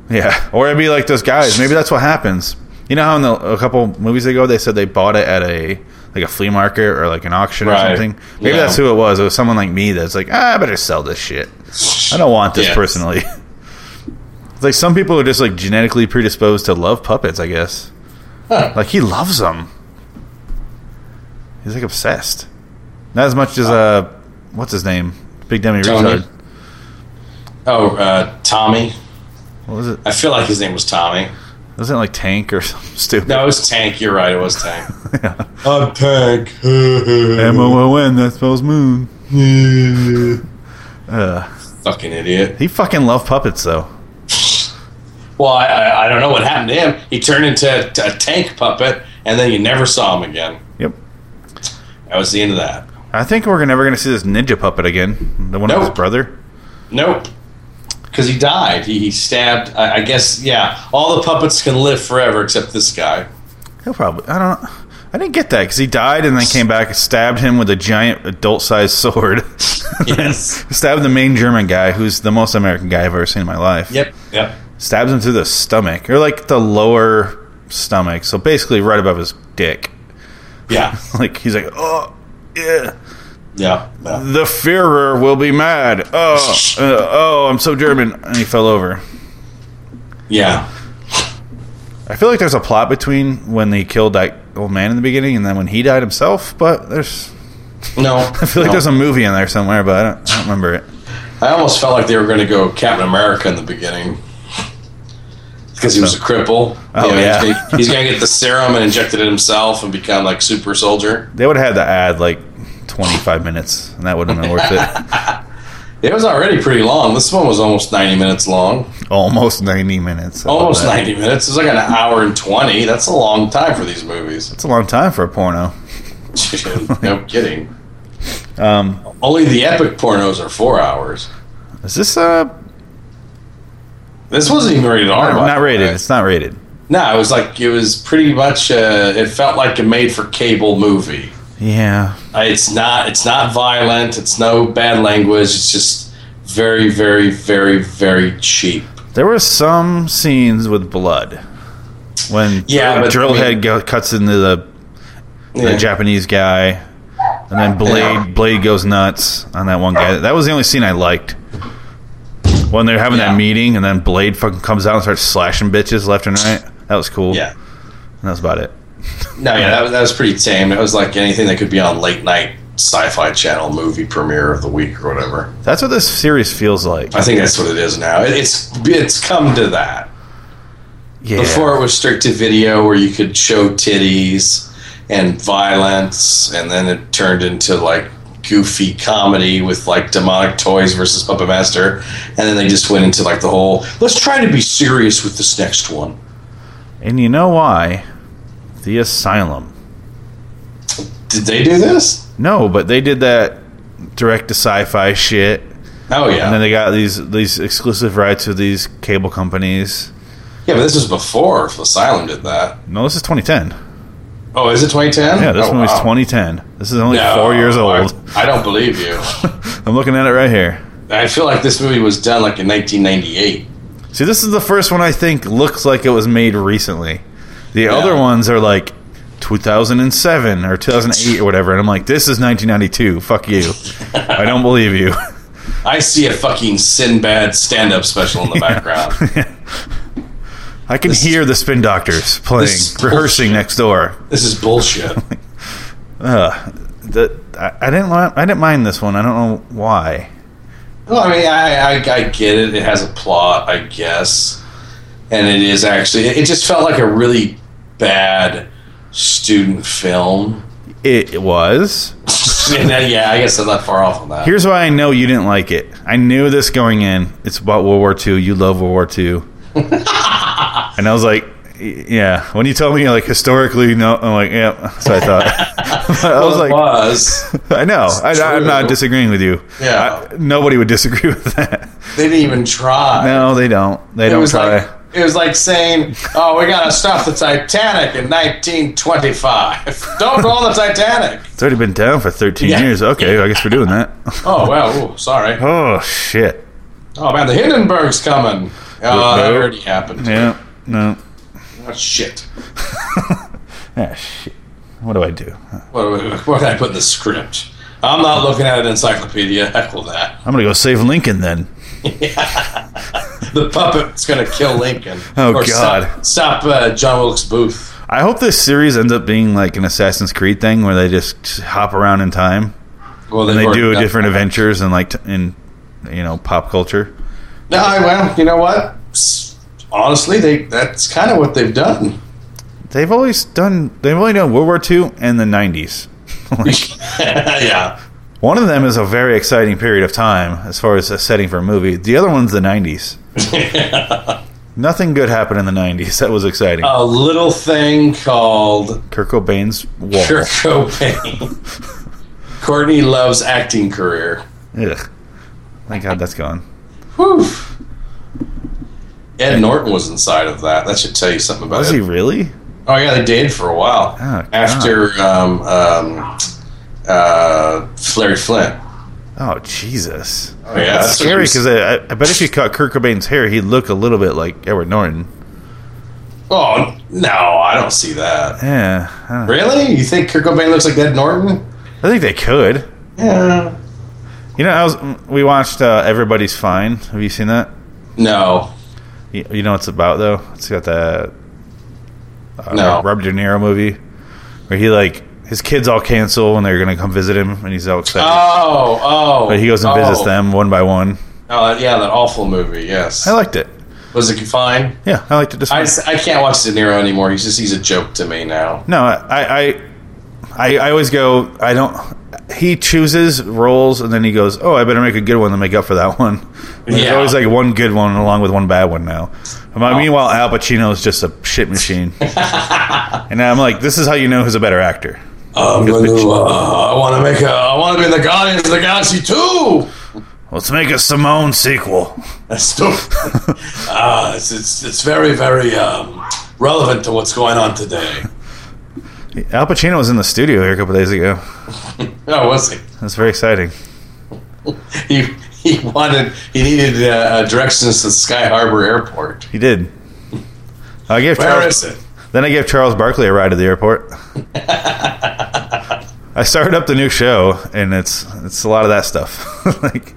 [SPEAKER 1] Yeah. Or it'd be like those guys. Maybe that's what happens. You know how in the, a couple movies ago they said they bought it at a like a flea market or like an auction
[SPEAKER 2] Right.
[SPEAKER 1] or something? Maybe
[SPEAKER 2] Yeah.
[SPEAKER 1] that's who it was. It was someone like me that's like, ah, I better sell this shit. I don't want this
[SPEAKER 2] Yes.
[SPEAKER 1] personally. It's like some people are just like genetically predisposed to love puppets, I guess.
[SPEAKER 2] Huh.
[SPEAKER 1] Like he loves them. He's like obsessed. Not as much as uh, what's his name, Big Demi
[SPEAKER 2] Tony.
[SPEAKER 1] Richard.
[SPEAKER 2] Oh, uh, Tommy.
[SPEAKER 1] What was it?
[SPEAKER 2] I feel like his name was Tommy.
[SPEAKER 1] Wasn't it like Tank or something stupid?
[SPEAKER 2] No, it was Tank. You're right. It was Tank.
[SPEAKER 1] yeah.
[SPEAKER 2] I'm Tank.
[SPEAKER 1] M O O N. That spells moon.
[SPEAKER 2] Fucking idiot.
[SPEAKER 1] He fucking loved puppets though.
[SPEAKER 2] Well, I, I, I don't know what happened to him. He turned into a, a tank puppet, and then you never saw him again.
[SPEAKER 1] Yep.
[SPEAKER 2] That was the end of that.
[SPEAKER 1] I think we're never gonna see this ninja puppet again. The one of
[SPEAKER 2] Nope.
[SPEAKER 1] his brother.
[SPEAKER 2] Nope. Because he died. He, he stabbed. I, I guess, yeah. All the puppets can live forever except this guy.
[SPEAKER 1] He'll probably. I don't. I didn't get that because he died and then came back and stabbed him with a giant adult-sized sword.
[SPEAKER 2] Yes.
[SPEAKER 1] stabbed the main German guy, who's the most American guy I've ever seen in my life.
[SPEAKER 2] yep. Yep.
[SPEAKER 1] Stabs him through the stomach, or like the lower stomach, so basically right above his dick.
[SPEAKER 2] Yeah.
[SPEAKER 1] Like he's like, oh, yeah.
[SPEAKER 2] Yeah. yeah.
[SPEAKER 1] The Führer will be mad. Oh, uh, oh, I'm so German, and he fell over.
[SPEAKER 2] Yeah.
[SPEAKER 1] I feel like there's a plot between when they killed that old man in the beginning and then when he died himself, but there's
[SPEAKER 2] No.
[SPEAKER 1] I feel like
[SPEAKER 2] no.
[SPEAKER 1] there's a movie in there somewhere, but I don't, I don't remember it.
[SPEAKER 2] I almost felt like they were going to go Captain America in the beginning because he was a cripple.
[SPEAKER 1] Oh,
[SPEAKER 2] he's
[SPEAKER 1] yeah.
[SPEAKER 2] gonna- he's going to get the serum and inject it in himself and become like super soldier.
[SPEAKER 1] They would have had to add like 25 minutes, and that would have been worth it.
[SPEAKER 2] It was already pretty long. This one was almost 90 minutes long.
[SPEAKER 1] Almost 90 minutes. I love
[SPEAKER 2] Almost
[SPEAKER 1] that.
[SPEAKER 2] 90 minutes. It was like an hour and 20. That's a long time for these movies.
[SPEAKER 1] It's a long time for a porno.
[SPEAKER 2] no kidding.
[SPEAKER 1] Um,
[SPEAKER 2] Only the epic pornos are four hours.
[SPEAKER 1] is this uh
[SPEAKER 2] This wasn't even rated R. by
[SPEAKER 1] not
[SPEAKER 2] the
[SPEAKER 1] rated?
[SPEAKER 2] way.
[SPEAKER 1] It's not rated.
[SPEAKER 2] No, it was like, it was pretty much, uh, it felt like a made for cable movie.
[SPEAKER 1] Yeah,
[SPEAKER 2] Uh, It's not. It's not violent. It's no bad language. It's just very, very, very, very cheap.
[SPEAKER 1] there were some scenes with blood when
[SPEAKER 2] Yeah, but, I mean-
[SPEAKER 1] Drillhead go, cuts into the, the
[SPEAKER 2] Yeah.
[SPEAKER 1] Japanese guy, and then Blade Blade goes nuts on that one guy. That was the only scene I liked when they're having
[SPEAKER 2] Yeah.
[SPEAKER 1] that meeting, and then Blade fucking comes out and starts slashing bitches left and right. That was cool.
[SPEAKER 2] yeah.
[SPEAKER 1] and that was about it.
[SPEAKER 2] No, yeah, that was, that was pretty tame. It was like anything that could be on late night sci-fi channel movie premiere of the week or whatever.
[SPEAKER 1] That's what this series feels like.
[SPEAKER 2] I think that's what it is now. It, it's it's come to that.
[SPEAKER 1] Yeah.
[SPEAKER 2] Before it was strict to video where you could show titties and violence, and then it turned into like goofy comedy with like demonic toys versus Puppet Master, and then they just went into like the whole let's try to be serious with this next one.
[SPEAKER 1] And you know why? The asylum.
[SPEAKER 2] Did they do this?
[SPEAKER 1] No, but they did that direct to sci-fi shit,
[SPEAKER 2] Oh yeah,
[SPEAKER 1] and then they got these these exclusive rights with these cable companies.
[SPEAKER 2] yeah, but this was before Asylum did that.
[SPEAKER 1] No, this is 2010.
[SPEAKER 2] Oh, is it 2010?
[SPEAKER 1] Yeah, this
[SPEAKER 2] oh,
[SPEAKER 1] movie's
[SPEAKER 2] wow.
[SPEAKER 1] 2010. This is only
[SPEAKER 2] No,
[SPEAKER 1] four years old.
[SPEAKER 2] I, I don't believe you.
[SPEAKER 1] I'm looking at it right here.
[SPEAKER 2] I feel like this movie was done like in 1998.
[SPEAKER 1] See, this is the first one I think looks like it was made recently. The other ones are like 2007 or 2008 or whatever, and I'm like, this is 1992. Fuck you. I don't believe you.
[SPEAKER 2] I see a fucking Sinbad stand-up special in the background.
[SPEAKER 1] I can hear the spin doctors playing,
[SPEAKER 2] this is
[SPEAKER 1] rehearsing
[SPEAKER 2] bullshit.
[SPEAKER 1] next door.
[SPEAKER 2] This is bullshit.
[SPEAKER 1] The, I, I didn't. li- I didn't mind this one. I don't know why.
[SPEAKER 2] well, I mean, I, I, I get it. It has a plot, I guess. And it is actually, it just felt like a really bad student film.
[SPEAKER 1] It was.
[SPEAKER 2] And, uh, yeah, I guess I'm not far off on that.
[SPEAKER 1] Here's why I know you didn't like it. I knew this going in. It's about World War II. You love World War II. and I was like, yeah. When you told me like historically, no, I'm like, yeah. That's what I thought. I was
[SPEAKER 2] Well, it
[SPEAKER 1] like,
[SPEAKER 2] was.
[SPEAKER 1] I know. I, I'm not
[SPEAKER 2] true.
[SPEAKER 1] disagreeing with you.
[SPEAKER 2] Yeah.
[SPEAKER 1] I, nobody would disagree with that.
[SPEAKER 2] They didn't even try.
[SPEAKER 1] No, they don't. They
[SPEAKER 2] it
[SPEAKER 1] don't
[SPEAKER 2] was
[SPEAKER 1] try.
[SPEAKER 2] like it was like saying, "Oh, we gotta stop the Titanic in 1925. Don't roll the Titanic."
[SPEAKER 1] it's already been down for 13
[SPEAKER 2] Yeah.
[SPEAKER 1] years. Okay, I guess we're doing that.
[SPEAKER 2] Oh well, ooh, sorry.
[SPEAKER 1] oh shit.
[SPEAKER 2] Oh man, the Hindenburg's coming. Oh, that
[SPEAKER 1] Nope.
[SPEAKER 2] already happened.
[SPEAKER 1] Yeah. No.
[SPEAKER 2] Oh, shit.
[SPEAKER 1] Ah, shit. What do I do?
[SPEAKER 2] What, what, what did I put in the script? I'm not looking at an encyclopedia. Heckle that.
[SPEAKER 1] I'm gonna go save Lincoln then.
[SPEAKER 2] The puppet's gonna kill Lincoln.
[SPEAKER 1] Oh,
[SPEAKER 2] Or stop-
[SPEAKER 1] God.
[SPEAKER 2] Stop, uh, John Wilkes Booth.
[SPEAKER 1] I hope this series ends up being like an Assassin's Creed thing where they just hop around in time
[SPEAKER 2] Well,
[SPEAKER 1] and they do different adventures and like t- in you know pop culture.
[SPEAKER 2] No, I- well, you know what? S- Honestly, they that's kind of what they've done.
[SPEAKER 1] They've always done. They've only done World War II and the '90s. Like,
[SPEAKER 2] yeah.
[SPEAKER 1] one of them is a very exciting period of time as far as a setting for a movie. The other one's the '90s. Nothing good happened in the '90s that was exciting.
[SPEAKER 2] A little thing called
[SPEAKER 1] Kirk Cobain's wall.
[SPEAKER 2] Kurt Cobain. Courtney loves acting career.
[SPEAKER 1] Ugh. Thank God that's gone.
[SPEAKER 2] Whew. Ed Norton was inside of that. That should tell you something about
[SPEAKER 1] Was
[SPEAKER 2] it.
[SPEAKER 1] he really? Oh,
[SPEAKER 2] Oh yeah, they dated for a while
[SPEAKER 1] God.
[SPEAKER 2] after um, um, uh, Larry Flint.
[SPEAKER 1] Oh Jesus.
[SPEAKER 2] Oh yeah,
[SPEAKER 1] That's
[SPEAKER 2] what
[SPEAKER 1] scary
[SPEAKER 2] he
[SPEAKER 1] because
[SPEAKER 2] was-
[SPEAKER 1] I, I bet if you cut Kurt Cobain's hair, he'd look a little bit like Edward Norton.
[SPEAKER 2] oh no, I don't see that.
[SPEAKER 1] Yeah, Eh, I, don't know.
[SPEAKER 2] Really? You think Kurt Cobain looks like Ed Norton?
[SPEAKER 1] I think they could.
[SPEAKER 2] Yeah.
[SPEAKER 1] You know, I was we watched uh, Everybody's Fine. Have you seen that?
[SPEAKER 2] No.
[SPEAKER 1] You, you know what it's about though. It's got that uh,
[SPEAKER 2] No.
[SPEAKER 1] Robert De Niro movie where he like his kids all cancel and they're gonna come visit him, and he's all excited.
[SPEAKER 2] Oh, oh.
[SPEAKER 1] but he goes and visits
[SPEAKER 2] oh.
[SPEAKER 1] them one by one.
[SPEAKER 2] Oh, yeah, that awful movie. Yes.
[SPEAKER 1] I liked it.
[SPEAKER 2] Was it fine?
[SPEAKER 1] Yeah, I liked it. Just
[SPEAKER 2] I,
[SPEAKER 1] fine.
[SPEAKER 2] s- I can't watch De Niro anymore. He's just he's a joke to me now.
[SPEAKER 1] No, I, I, I, I always go. I don't. He chooses roles, and then he goes, "Oh, I better make a good one to make up for that one." There's
[SPEAKER 2] Yeah.
[SPEAKER 1] always like one good one along with one bad one now. But Meanwhile, Al Pacino is just a shit machine, and I'm like, "This is how you know who's a better actor."
[SPEAKER 2] I'm gonna, uh, I want to make a. I want to be in the Guardians of the Galaxy too.
[SPEAKER 1] Let's make a Simone sequel.
[SPEAKER 2] That's too. uh, it's, it's it's very very um, relevant to what's going on today.
[SPEAKER 1] Al Pacino was in the studio here a couple days ago.
[SPEAKER 2] Oh, was he?
[SPEAKER 1] That's very exciting.
[SPEAKER 2] He he wanted he needed uh, uh, directions to Sky Harbor Airport.
[SPEAKER 1] He did. I gave
[SPEAKER 2] Where
[SPEAKER 1] Charles,
[SPEAKER 2] is it?
[SPEAKER 1] then I gave Charles Barkley a ride to the airport. I started up the new show, and it's it's a lot of that stuff, like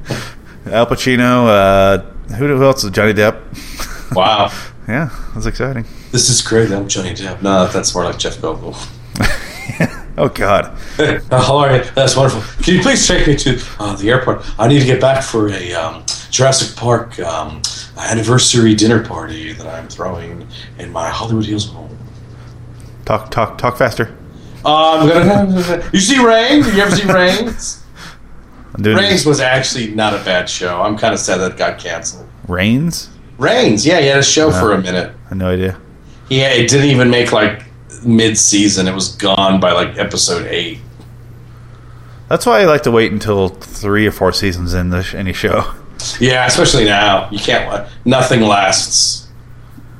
[SPEAKER 1] Al Pacino. Uh, who, who else? Johnny Depp.
[SPEAKER 2] Wow,
[SPEAKER 1] Yeah, that's exciting.
[SPEAKER 2] this is great. I'm Johnny Depp. No, that's more like Jeff Goldblum.
[SPEAKER 1] Oh God,
[SPEAKER 2] Uh, how are you? That's wonderful. Can you please take me to uh, the airport? I need to get back for a um, Jurassic Park um, anniversary dinner party that I'm throwing in my Hollywood Hills home.
[SPEAKER 1] talk talk talk faster.
[SPEAKER 2] Um, gonna, you see Rain? You ever see Rain?
[SPEAKER 1] I'm doing
[SPEAKER 2] Rains was actually not a bad show. I'm kind of sad that it got canceled.
[SPEAKER 1] Rains.
[SPEAKER 2] Rains, yeah, he had a show for a minute.
[SPEAKER 1] I had no idea.
[SPEAKER 2] Yeah, it didn't even make like mid-season. It was gone by like episode eight.
[SPEAKER 1] That's why I like to wait until three or four seasons in the sh- any show.
[SPEAKER 2] Yeah, especially now. You can't. la- Nothing lasts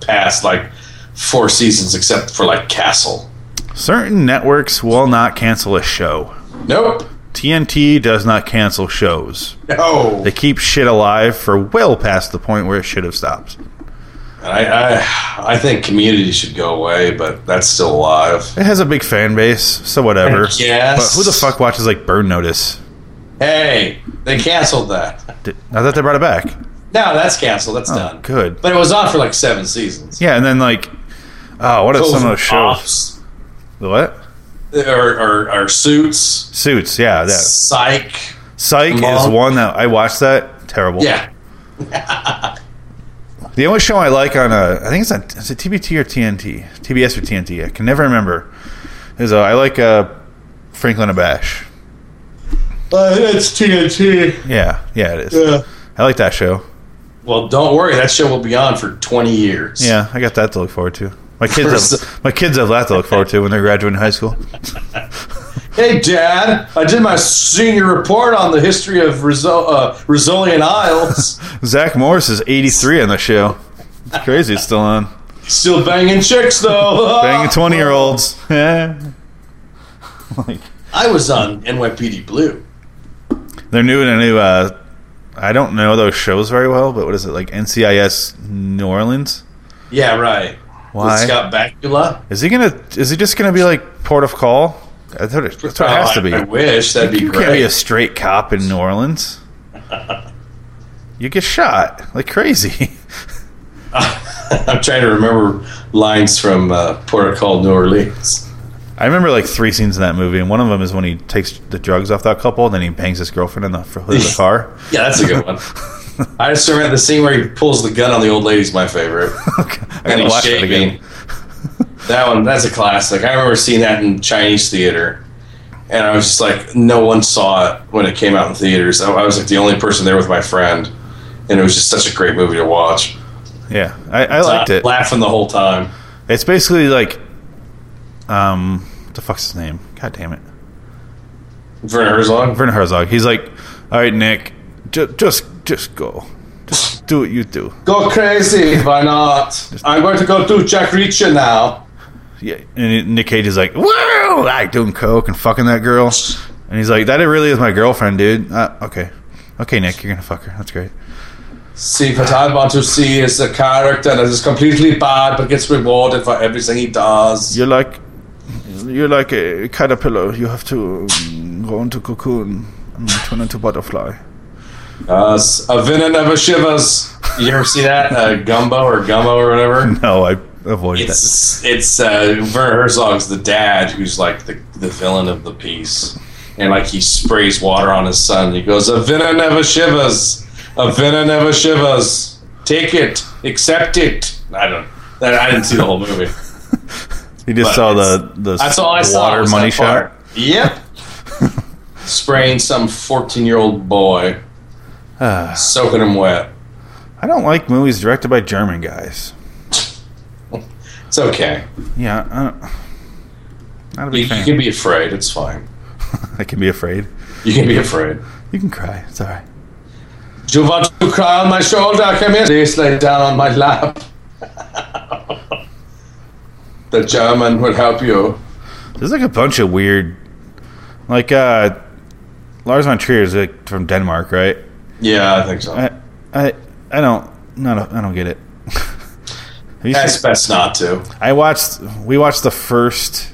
[SPEAKER 2] past like four seasons, except for like Castle.
[SPEAKER 1] Certain networks will not cancel a show.
[SPEAKER 2] Nope.
[SPEAKER 1] TNT does not cancel shows.
[SPEAKER 2] No.
[SPEAKER 1] They
[SPEAKER 2] And
[SPEAKER 1] keep shit alive for well past the point where it should have stopped.
[SPEAKER 2] I, I, I think Community should go away, but that's still alive.
[SPEAKER 1] It has a big fan base, so whatever.
[SPEAKER 2] Yes.
[SPEAKER 1] But who the fuck watches like Burn Notice?
[SPEAKER 2] Hey, they canceled that.
[SPEAKER 1] Did, I thought they brought it back.
[SPEAKER 2] No, that's canceled. That's done.
[SPEAKER 1] Oh, Good.
[SPEAKER 2] But it was on for like seven seasons.
[SPEAKER 1] Yeah, and then like, oh, what are some of those shows?
[SPEAKER 2] Ops,
[SPEAKER 1] The what?
[SPEAKER 2] or, or, or Suits,
[SPEAKER 1] Suits. Yeah, that.
[SPEAKER 2] Psych.
[SPEAKER 1] Psych is
[SPEAKER 2] Monk.
[SPEAKER 1] one that I watched. That terrible.
[SPEAKER 2] Yeah.
[SPEAKER 1] The only show I like on a, I think it's on, is it TBT or TNT? TBS or TNT? I can never remember. Is uh, I like uh, Franklin and Bash.
[SPEAKER 2] But Uh, it's TNT.
[SPEAKER 1] Yeah, yeah, it is.
[SPEAKER 2] Yeah.
[SPEAKER 1] I like that show.
[SPEAKER 2] Well, don't worry. That show will be on for 20 years.
[SPEAKER 1] Yeah, I got that to look forward to. My kids have my kids have that to look forward to when they're graduating high school.
[SPEAKER 4] Hey, Dad, I did my senior report on the history of Rizzoli uh, Rizzolian Isles.
[SPEAKER 1] Zach Morris is 83 on the show. It's crazy, it's still on.
[SPEAKER 4] Still banging chicks, though.
[SPEAKER 2] Oh.
[SPEAKER 1] Banging 20 year olds. Yeah. like,
[SPEAKER 2] I was on NYPD Blue.
[SPEAKER 1] they're new in a new. Uh, I don't know those shows very well, but what is it like? NCIS New Orleans.
[SPEAKER 2] Yeah, right.
[SPEAKER 1] Why?
[SPEAKER 2] With Scott Bakula.
[SPEAKER 1] Is he gonna? Is he just gonna be like port of call? That's what it, that's what it has
[SPEAKER 2] Oh,
[SPEAKER 1] to be.
[SPEAKER 2] I, I wish that'd be
[SPEAKER 1] you
[SPEAKER 2] great.
[SPEAKER 1] can't be a straight cop in New Orleans. you get shot like crazy.
[SPEAKER 2] I'm trying to remember lines from uh, Port of Call, New Orleans.
[SPEAKER 1] I remember like three scenes in that movie, and one of them is when he takes the drugs off that couple, and then he bangs his girlfriend in the hood of the car.
[SPEAKER 2] Yeah, that's a good one. I just remember the scene where he pulls the gun on the old lady's my favorite.
[SPEAKER 1] Okay, I
[SPEAKER 2] And
[SPEAKER 1] gotta
[SPEAKER 2] he's
[SPEAKER 1] watch that
[SPEAKER 2] shaving.
[SPEAKER 1] again.
[SPEAKER 2] That one, that's a classic. I remember seeing that in Chinese theater. And I was just like, no one saw it when it came out in theaters. I, I was like the only person there with my friend. And it was just such a great movie to watch.
[SPEAKER 1] Yeah, I, I liked it.
[SPEAKER 2] Laughing the whole time.
[SPEAKER 1] It's basically like, um, what the fuck's his name? God damn it.
[SPEAKER 2] Werner Herzog.
[SPEAKER 1] Werner Herzog. He's like, all right, Nick, ju- just just go, just do what you do.
[SPEAKER 4] Go crazy, why not? I'm going to go do Jack Reacher now.
[SPEAKER 1] Yeah. And Nick Cage is like, woo, like doing coke and fucking that girl. And he's like, that really is my girlfriend, dude. Uh, okay, okay, Nick, you're gonna fuck her. That's great.
[SPEAKER 4] See, what I want to see is a character that is completely bad but gets rewarded for everything he does.
[SPEAKER 1] You're like, you're like a caterpillar. You have to um, go into cocoon and turn into butterfly.
[SPEAKER 2] Uh, a villain never shivers. You ever see that? Uh, Gumbo or Gumbo or whatever?
[SPEAKER 1] No, I avoid that.
[SPEAKER 2] It's it's uh, Werner Herzog's the dad who's like the, the villain of the piece, and like he sprays water on his son. He goes, "A villain never shivers. A villain never shivers. Take it, accept it." I don't. That, I didn't see the whole movie.
[SPEAKER 1] You just
[SPEAKER 2] but
[SPEAKER 1] saw the the
[SPEAKER 2] That's all I saw.
[SPEAKER 1] water
[SPEAKER 2] was
[SPEAKER 1] money
[SPEAKER 2] that
[SPEAKER 1] shot.
[SPEAKER 2] part. Yep. Spraying some fourteen-year-old boy, soaking him wet.
[SPEAKER 1] Ah, I don't like movies directed by German guys.
[SPEAKER 2] It's okay.
[SPEAKER 1] Yeah, I don't, not a
[SPEAKER 2] You,
[SPEAKER 1] big
[SPEAKER 2] you
[SPEAKER 1] fan.
[SPEAKER 2] can be afraid. It's fine.
[SPEAKER 1] I can be afraid.
[SPEAKER 2] You can be afraid.
[SPEAKER 1] You can cry. It's all right.
[SPEAKER 4] Do you want to cry on my shoulder? Come here. Please lay down on my lap.
[SPEAKER 2] The German would help you.
[SPEAKER 1] There's like a bunch of weird, like uh, Lars von Trier is like from Denmark, right?
[SPEAKER 2] Yeah, I think so.
[SPEAKER 1] I, I, I don't, not, I don't get it. Have you
[SPEAKER 2] It's
[SPEAKER 1] seen-
[SPEAKER 2] best not to.
[SPEAKER 1] I watched, we watched the first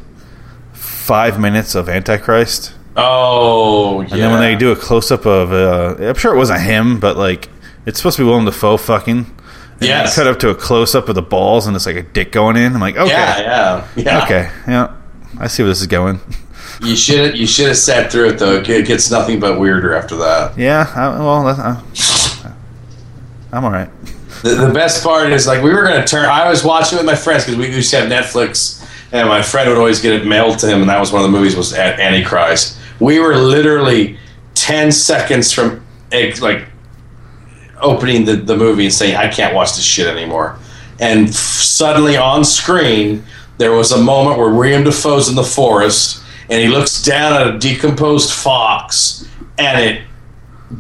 [SPEAKER 1] five minutes of Antichrist,
[SPEAKER 2] Oh, yeah.
[SPEAKER 1] and then when they do a close up of, uh, I'm sure it wasn't him, but like it's supposed to be Willem Dafoe fucking. And
[SPEAKER 2] Yes.
[SPEAKER 1] Cut up to a close up of the balls, and it's like a dick going in. I'm like, okay,
[SPEAKER 2] Yeah, yeah, yeah.
[SPEAKER 1] okay, yeah, I see where this is going.
[SPEAKER 2] You should you should have sat through it though. It gets nothing but weirder after that.
[SPEAKER 1] Yeah, I, well, that's, I, I'm all right.
[SPEAKER 2] The, the best part is like we were gonna turn. I was watching with my friends because we used to have Netflix, and my friend would always get it mailed to him, and that was one of the movies was at Antichrist. We were literally ten seconds from eh, like opening the, the movie and saying, I can't watch this shit anymore. And f- suddenly on screen, there was a moment where William Defoe's in the forest and he looks down at a decomposed fox and it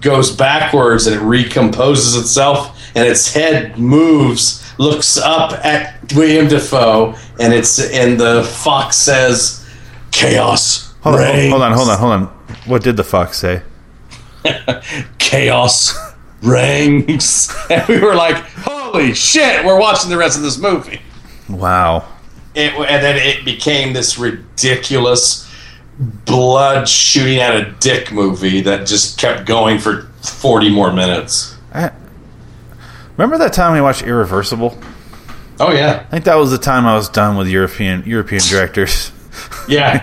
[SPEAKER 2] goes backwards and it recomposes itself and its head moves, looks up at William Defoe and it's and the fox says, Chaos.
[SPEAKER 1] Hold on,
[SPEAKER 2] reigns.
[SPEAKER 1] hold on, hold on, hold on. What did the fox say?
[SPEAKER 2] chaos rings. And we were like, holy shit, we're watching the rest of this movie.
[SPEAKER 1] Wow.
[SPEAKER 2] It, and then it became this ridiculous blood shooting at a dick movie that just kept going for 40 more minutes.
[SPEAKER 1] I, remember that time we watched Irreversible?
[SPEAKER 2] Oh, yeah.
[SPEAKER 1] I think that was the time I was done with European European directors.
[SPEAKER 2] Yeah.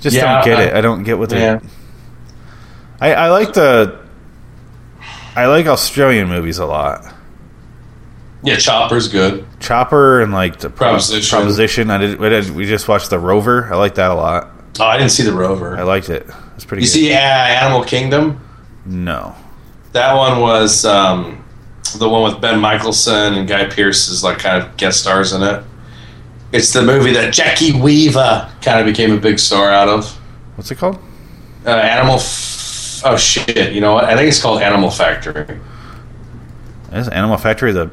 [SPEAKER 1] Just
[SPEAKER 2] Yeah,
[SPEAKER 1] don't get
[SPEAKER 2] I-
[SPEAKER 1] it. I don't get what they.
[SPEAKER 2] yeah.
[SPEAKER 1] I, I like the. I like Australian movies a lot.
[SPEAKER 2] Yeah, Chopper's good.
[SPEAKER 1] Chopper and like the pro-
[SPEAKER 2] Proposition.
[SPEAKER 1] Proposition. I did, I did. We just watched The Rover. I liked that a lot.
[SPEAKER 2] Oh, I didn't see The
[SPEAKER 1] I
[SPEAKER 2] Rover.
[SPEAKER 1] liked it. It's pretty.
[SPEAKER 2] You
[SPEAKER 1] good.
[SPEAKER 2] uh, see uh, Animal Kingdom?
[SPEAKER 1] No.
[SPEAKER 2] That one was um, the one with Ben Michelson and Guy Pearce is like kind of guest stars in it. It's the movie that Jackie Weaver kind of became a big star out of.
[SPEAKER 1] What's it called?
[SPEAKER 2] Uh, Animal. F- oh shit! You know what? I think it's called Animal Factory.
[SPEAKER 1] Is Animal Factory the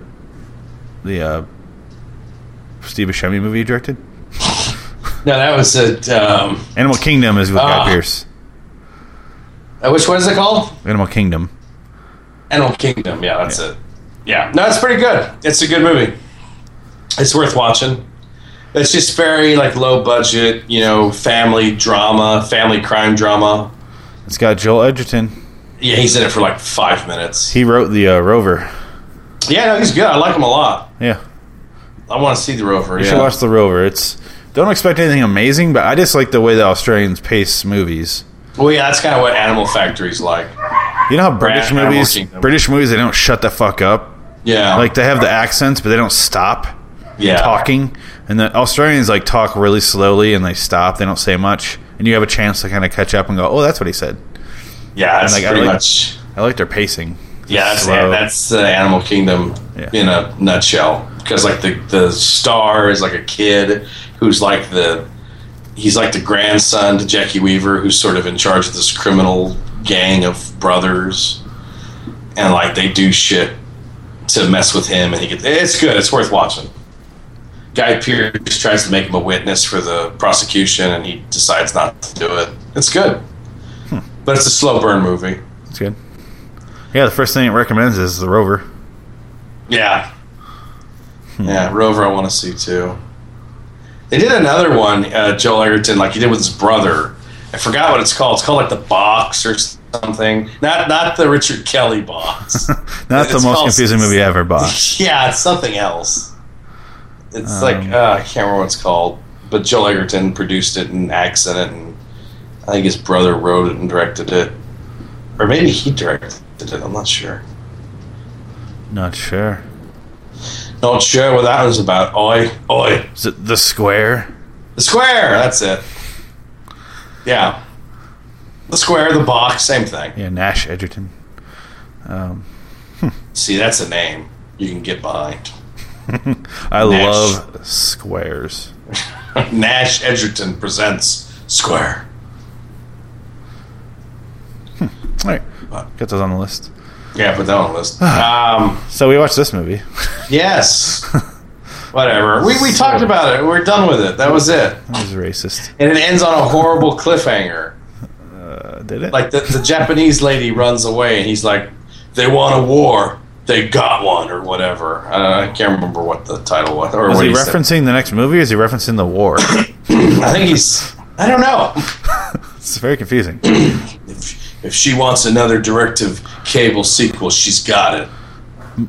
[SPEAKER 1] the uh, Steve Buscemi movie you directed?
[SPEAKER 2] No, that was it. Um,
[SPEAKER 1] Animal Kingdom is with
[SPEAKER 2] Ah.
[SPEAKER 1] Guy Pearce.
[SPEAKER 2] uh, which one is it called?
[SPEAKER 1] Animal Kingdom.
[SPEAKER 2] Animal Kingdom. Yeah, that's it. Yeah, no, it's pretty good. It's a good movie. It's worth watching. It's just very like low budget, you know, family drama, family crime drama.
[SPEAKER 1] It's got Joel Edgerton.
[SPEAKER 2] Yeah, he's in it for like five minutes.
[SPEAKER 1] He wrote the uh, Rover.
[SPEAKER 2] Yeah, no, he's good. I like him a lot.
[SPEAKER 1] Yeah,
[SPEAKER 2] I want to see the Rover.
[SPEAKER 1] you
[SPEAKER 2] yeah.
[SPEAKER 1] should watch the Rover. It's don't expect anything amazing, but I just like the way the Australians pace movies.
[SPEAKER 2] Well, yeah, that's kind of what Animal Factory's like.
[SPEAKER 1] You know how British
[SPEAKER 2] Animal
[SPEAKER 1] movies,
[SPEAKER 2] Kingdom.
[SPEAKER 1] British movies, they don't shut the fuck up.
[SPEAKER 2] Yeah,
[SPEAKER 1] Like they have the accents, but they don't stop
[SPEAKER 2] yeah,
[SPEAKER 1] talking. And the Australians like talk really slowly and they stop. They don't say much, and you have a chance to kind of catch up and go, "Oh, that's what he said."
[SPEAKER 2] yeah. That's
[SPEAKER 1] like, I
[SPEAKER 2] pretty
[SPEAKER 1] like-
[SPEAKER 2] much.
[SPEAKER 1] I like their pacing.
[SPEAKER 2] Yeah, that's,
[SPEAKER 1] Slow.
[SPEAKER 2] that's uh, Animal Kingdom
[SPEAKER 1] Yeah.
[SPEAKER 2] in a nutshell. Because like the the star is like a kid who's like the he's like the grandson to Jackie Weaver, who's sort of in charge of this criminal gang of brothers, and like they do shit to mess with him, and he gets it's good. It's worth watching. Guy Pearce tries to make him a witness for the prosecution, and he decides not to do it. It's good,
[SPEAKER 1] Hmm.
[SPEAKER 2] but it's a slow burn movie.
[SPEAKER 1] That's good. Yeah, the first thing it recommends is the Rover.
[SPEAKER 2] Yeah. Yeah, Rover, I want to see too. They did another one, uh, Joel Egerton, like he did with his brother. I forgot what it's called. It's called like the box or something. Not not the Richard Kelly box.
[SPEAKER 1] That's the most
[SPEAKER 2] It's called-
[SPEAKER 1] confusing movie I ever bought.
[SPEAKER 2] yeah, it's something else. It's like
[SPEAKER 1] Um,
[SPEAKER 2] uh, I can't remember what it's called, but Joel Egerton produced it and acts in it, and I think his brother wrote it and directed it, or maybe he directed it. I'm not sure.
[SPEAKER 1] Not sure.
[SPEAKER 2] Not sure what that was about. Oi, oi.
[SPEAKER 1] Is it The Square?
[SPEAKER 2] The square. That's it. Yeah. The square, the box, same thing.
[SPEAKER 1] Yeah, Nash Edgerton. Um,
[SPEAKER 2] See, that's a name you can get behind.
[SPEAKER 1] I
[SPEAKER 2] Nash.
[SPEAKER 1] love squares.
[SPEAKER 2] Nash Edgerton presents Square.
[SPEAKER 1] All right,
[SPEAKER 2] But-
[SPEAKER 1] got those on the list.
[SPEAKER 2] yeah, put that on the list. Um,
[SPEAKER 1] So we watched this movie.
[SPEAKER 2] yes. Whatever. We, we talked about it. We're done with it. That was it.
[SPEAKER 1] That was racist.
[SPEAKER 2] And it ends on a horrible cliffhanger.
[SPEAKER 1] Uh, did it?
[SPEAKER 2] Like the, the Japanese lady runs away and he's like, they want a war. They got one or whatever. Uh, I can't remember what the title was. Or
[SPEAKER 1] is
[SPEAKER 2] what
[SPEAKER 1] he
[SPEAKER 2] said.
[SPEAKER 1] referencing the next movie? Or is he referencing the war?
[SPEAKER 2] I think he's. I don't know.
[SPEAKER 1] it's very confusing.
[SPEAKER 2] If, if she wants another directive cable sequel, she's got it.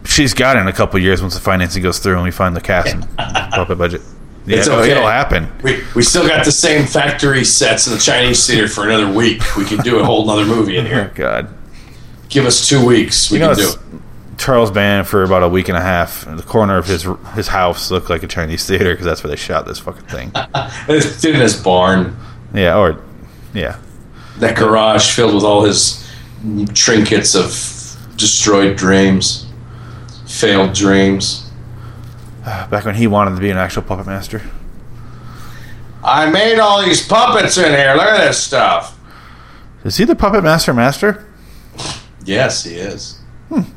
[SPEAKER 1] She's got it in a couple years once the financing goes through and we find the cast and pop the budget. Yeah,
[SPEAKER 2] It's
[SPEAKER 1] it'll-
[SPEAKER 2] okay.
[SPEAKER 1] it'll happen.
[SPEAKER 2] We, we still got the same factory sets in the Chinese theater for another week. We could do a whole another movie in here.
[SPEAKER 1] Oh, God.
[SPEAKER 2] Give us two weeks. We
[SPEAKER 1] You know,
[SPEAKER 2] can do
[SPEAKER 1] it's-
[SPEAKER 2] it.
[SPEAKER 1] Charles Band for about a week and a half. The corner of his his house looked like a Chinese theater because that's where they shot this fucking thing.
[SPEAKER 2] It's in his barn,
[SPEAKER 1] yeah, or yeah,
[SPEAKER 2] that garage filled with all his trinkets of destroyed dreams, failed dreams.
[SPEAKER 1] back when he wanted to be an actual puppet master.
[SPEAKER 2] I made all these puppets in here. Look at this stuff.
[SPEAKER 1] Is he the puppet master master?
[SPEAKER 2] Yes, he is. He's
[SPEAKER 1] Hmm.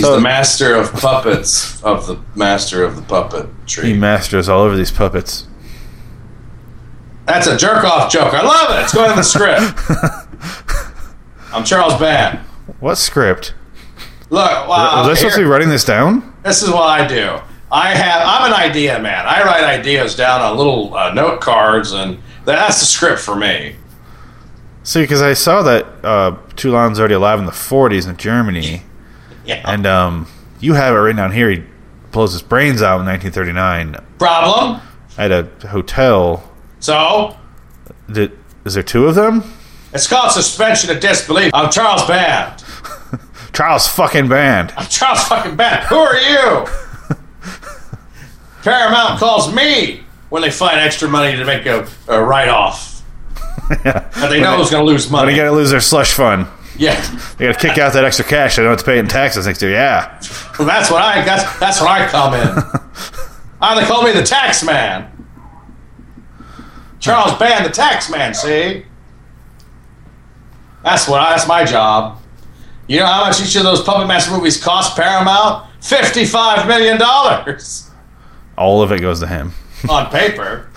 [SPEAKER 1] So-
[SPEAKER 2] the master of puppets of the master of the puppet
[SPEAKER 1] He
[SPEAKER 2] tree.
[SPEAKER 1] masters all over these puppets.
[SPEAKER 2] That's a jerk off joke. I love it. It's going in the script. I'm Charles Band.
[SPEAKER 1] What script?
[SPEAKER 2] Look, wow.
[SPEAKER 1] Was I supposed to be
[SPEAKER 2] Uh, here-
[SPEAKER 1] writing this down?
[SPEAKER 2] this is what I do. I have. I'm an idea man. I write ideas down on little uh, note cards, and that's the script for me.
[SPEAKER 1] See, because I saw that uh, Toulon's already alive in the '40s in Germany,
[SPEAKER 2] Yeah.
[SPEAKER 1] and um, you have it written down here. He blows his brains out in 1939
[SPEAKER 2] Problem.
[SPEAKER 1] at a hotel.
[SPEAKER 2] So
[SPEAKER 1] Did, is there two of them?
[SPEAKER 2] it's called suspension of disbelief. I'm Charles Band.
[SPEAKER 1] Charles fucking Band.
[SPEAKER 2] I'm Charles fucking Band. Who are you? Paramount calls me when they find extra money to make a, a write off.
[SPEAKER 1] yeah.
[SPEAKER 2] They know who's going to lose
[SPEAKER 1] But
[SPEAKER 2] money.
[SPEAKER 1] they gotta lose their slush fund.
[SPEAKER 2] Yeah.
[SPEAKER 1] They got to kick out that extra cash. I don't have to pay it in taxes next year. Yeah.
[SPEAKER 2] Well, that's what I that's that's what I come in. I they call me the tax man. Charles Band, the tax man. See, that's what I, that's my job. You know how much each of those Puppet Master movies cost Paramount? Fifty-five million dollars
[SPEAKER 1] All of it goes to him.
[SPEAKER 2] on paper.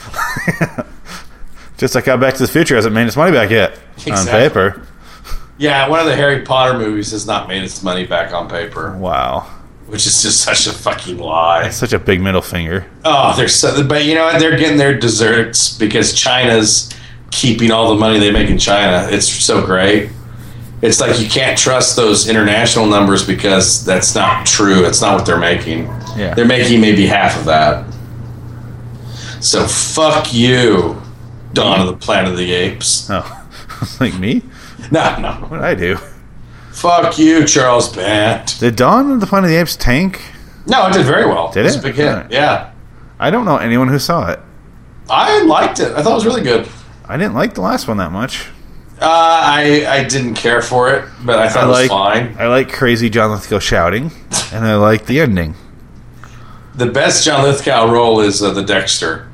[SPEAKER 1] Just like how Back to the Future hasn't made its money back yet on
[SPEAKER 2] Exactly.
[SPEAKER 1] paper.
[SPEAKER 2] Yeah, one of the Harry Potter movies has not made its money back on paper,
[SPEAKER 1] Wow.
[SPEAKER 2] which is just such a fucking lie.
[SPEAKER 1] Such a big middle finger.
[SPEAKER 2] Oh, they're so, but you know what? They're getting their desserts because China's keeping all the money they make in China. It's so great. It's like you can't trust those international numbers because that's not true. That's not what they're making.
[SPEAKER 1] Yeah.
[SPEAKER 2] They're making maybe half of that. So fuck you, Dawn of the Planet of the Apes.
[SPEAKER 1] Oh, like me?
[SPEAKER 2] No, no.
[SPEAKER 1] What did I do?
[SPEAKER 2] Fuck you, Charles Band.
[SPEAKER 1] Did Dawn of the Planet of the Apes tank?
[SPEAKER 2] No, it did very well.
[SPEAKER 1] Did
[SPEAKER 2] was
[SPEAKER 1] it?
[SPEAKER 2] a big hit.
[SPEAKER 1] Alright.
[SPEAKER 2] Yeah.
[SPEAKER 1] I don't know anyone who saw it.
[SPEAKER 2] I liked it. I thought it was really good.
[SPEAKER 1] I didn't like the last one that much.
[SPEAKER 2] Uh, I I didn't care for it, but I
[SPEAKER 1] I
[SPEAKER 2] thought it
[SPEAKER 1] like
[SPEAKER 2] was fine.
[SPEAKER 1] I like crazy John Lithgow shouting, and I like the ending.
[SPEAKER 2] The best John Lithgow role is uh, the Dexter,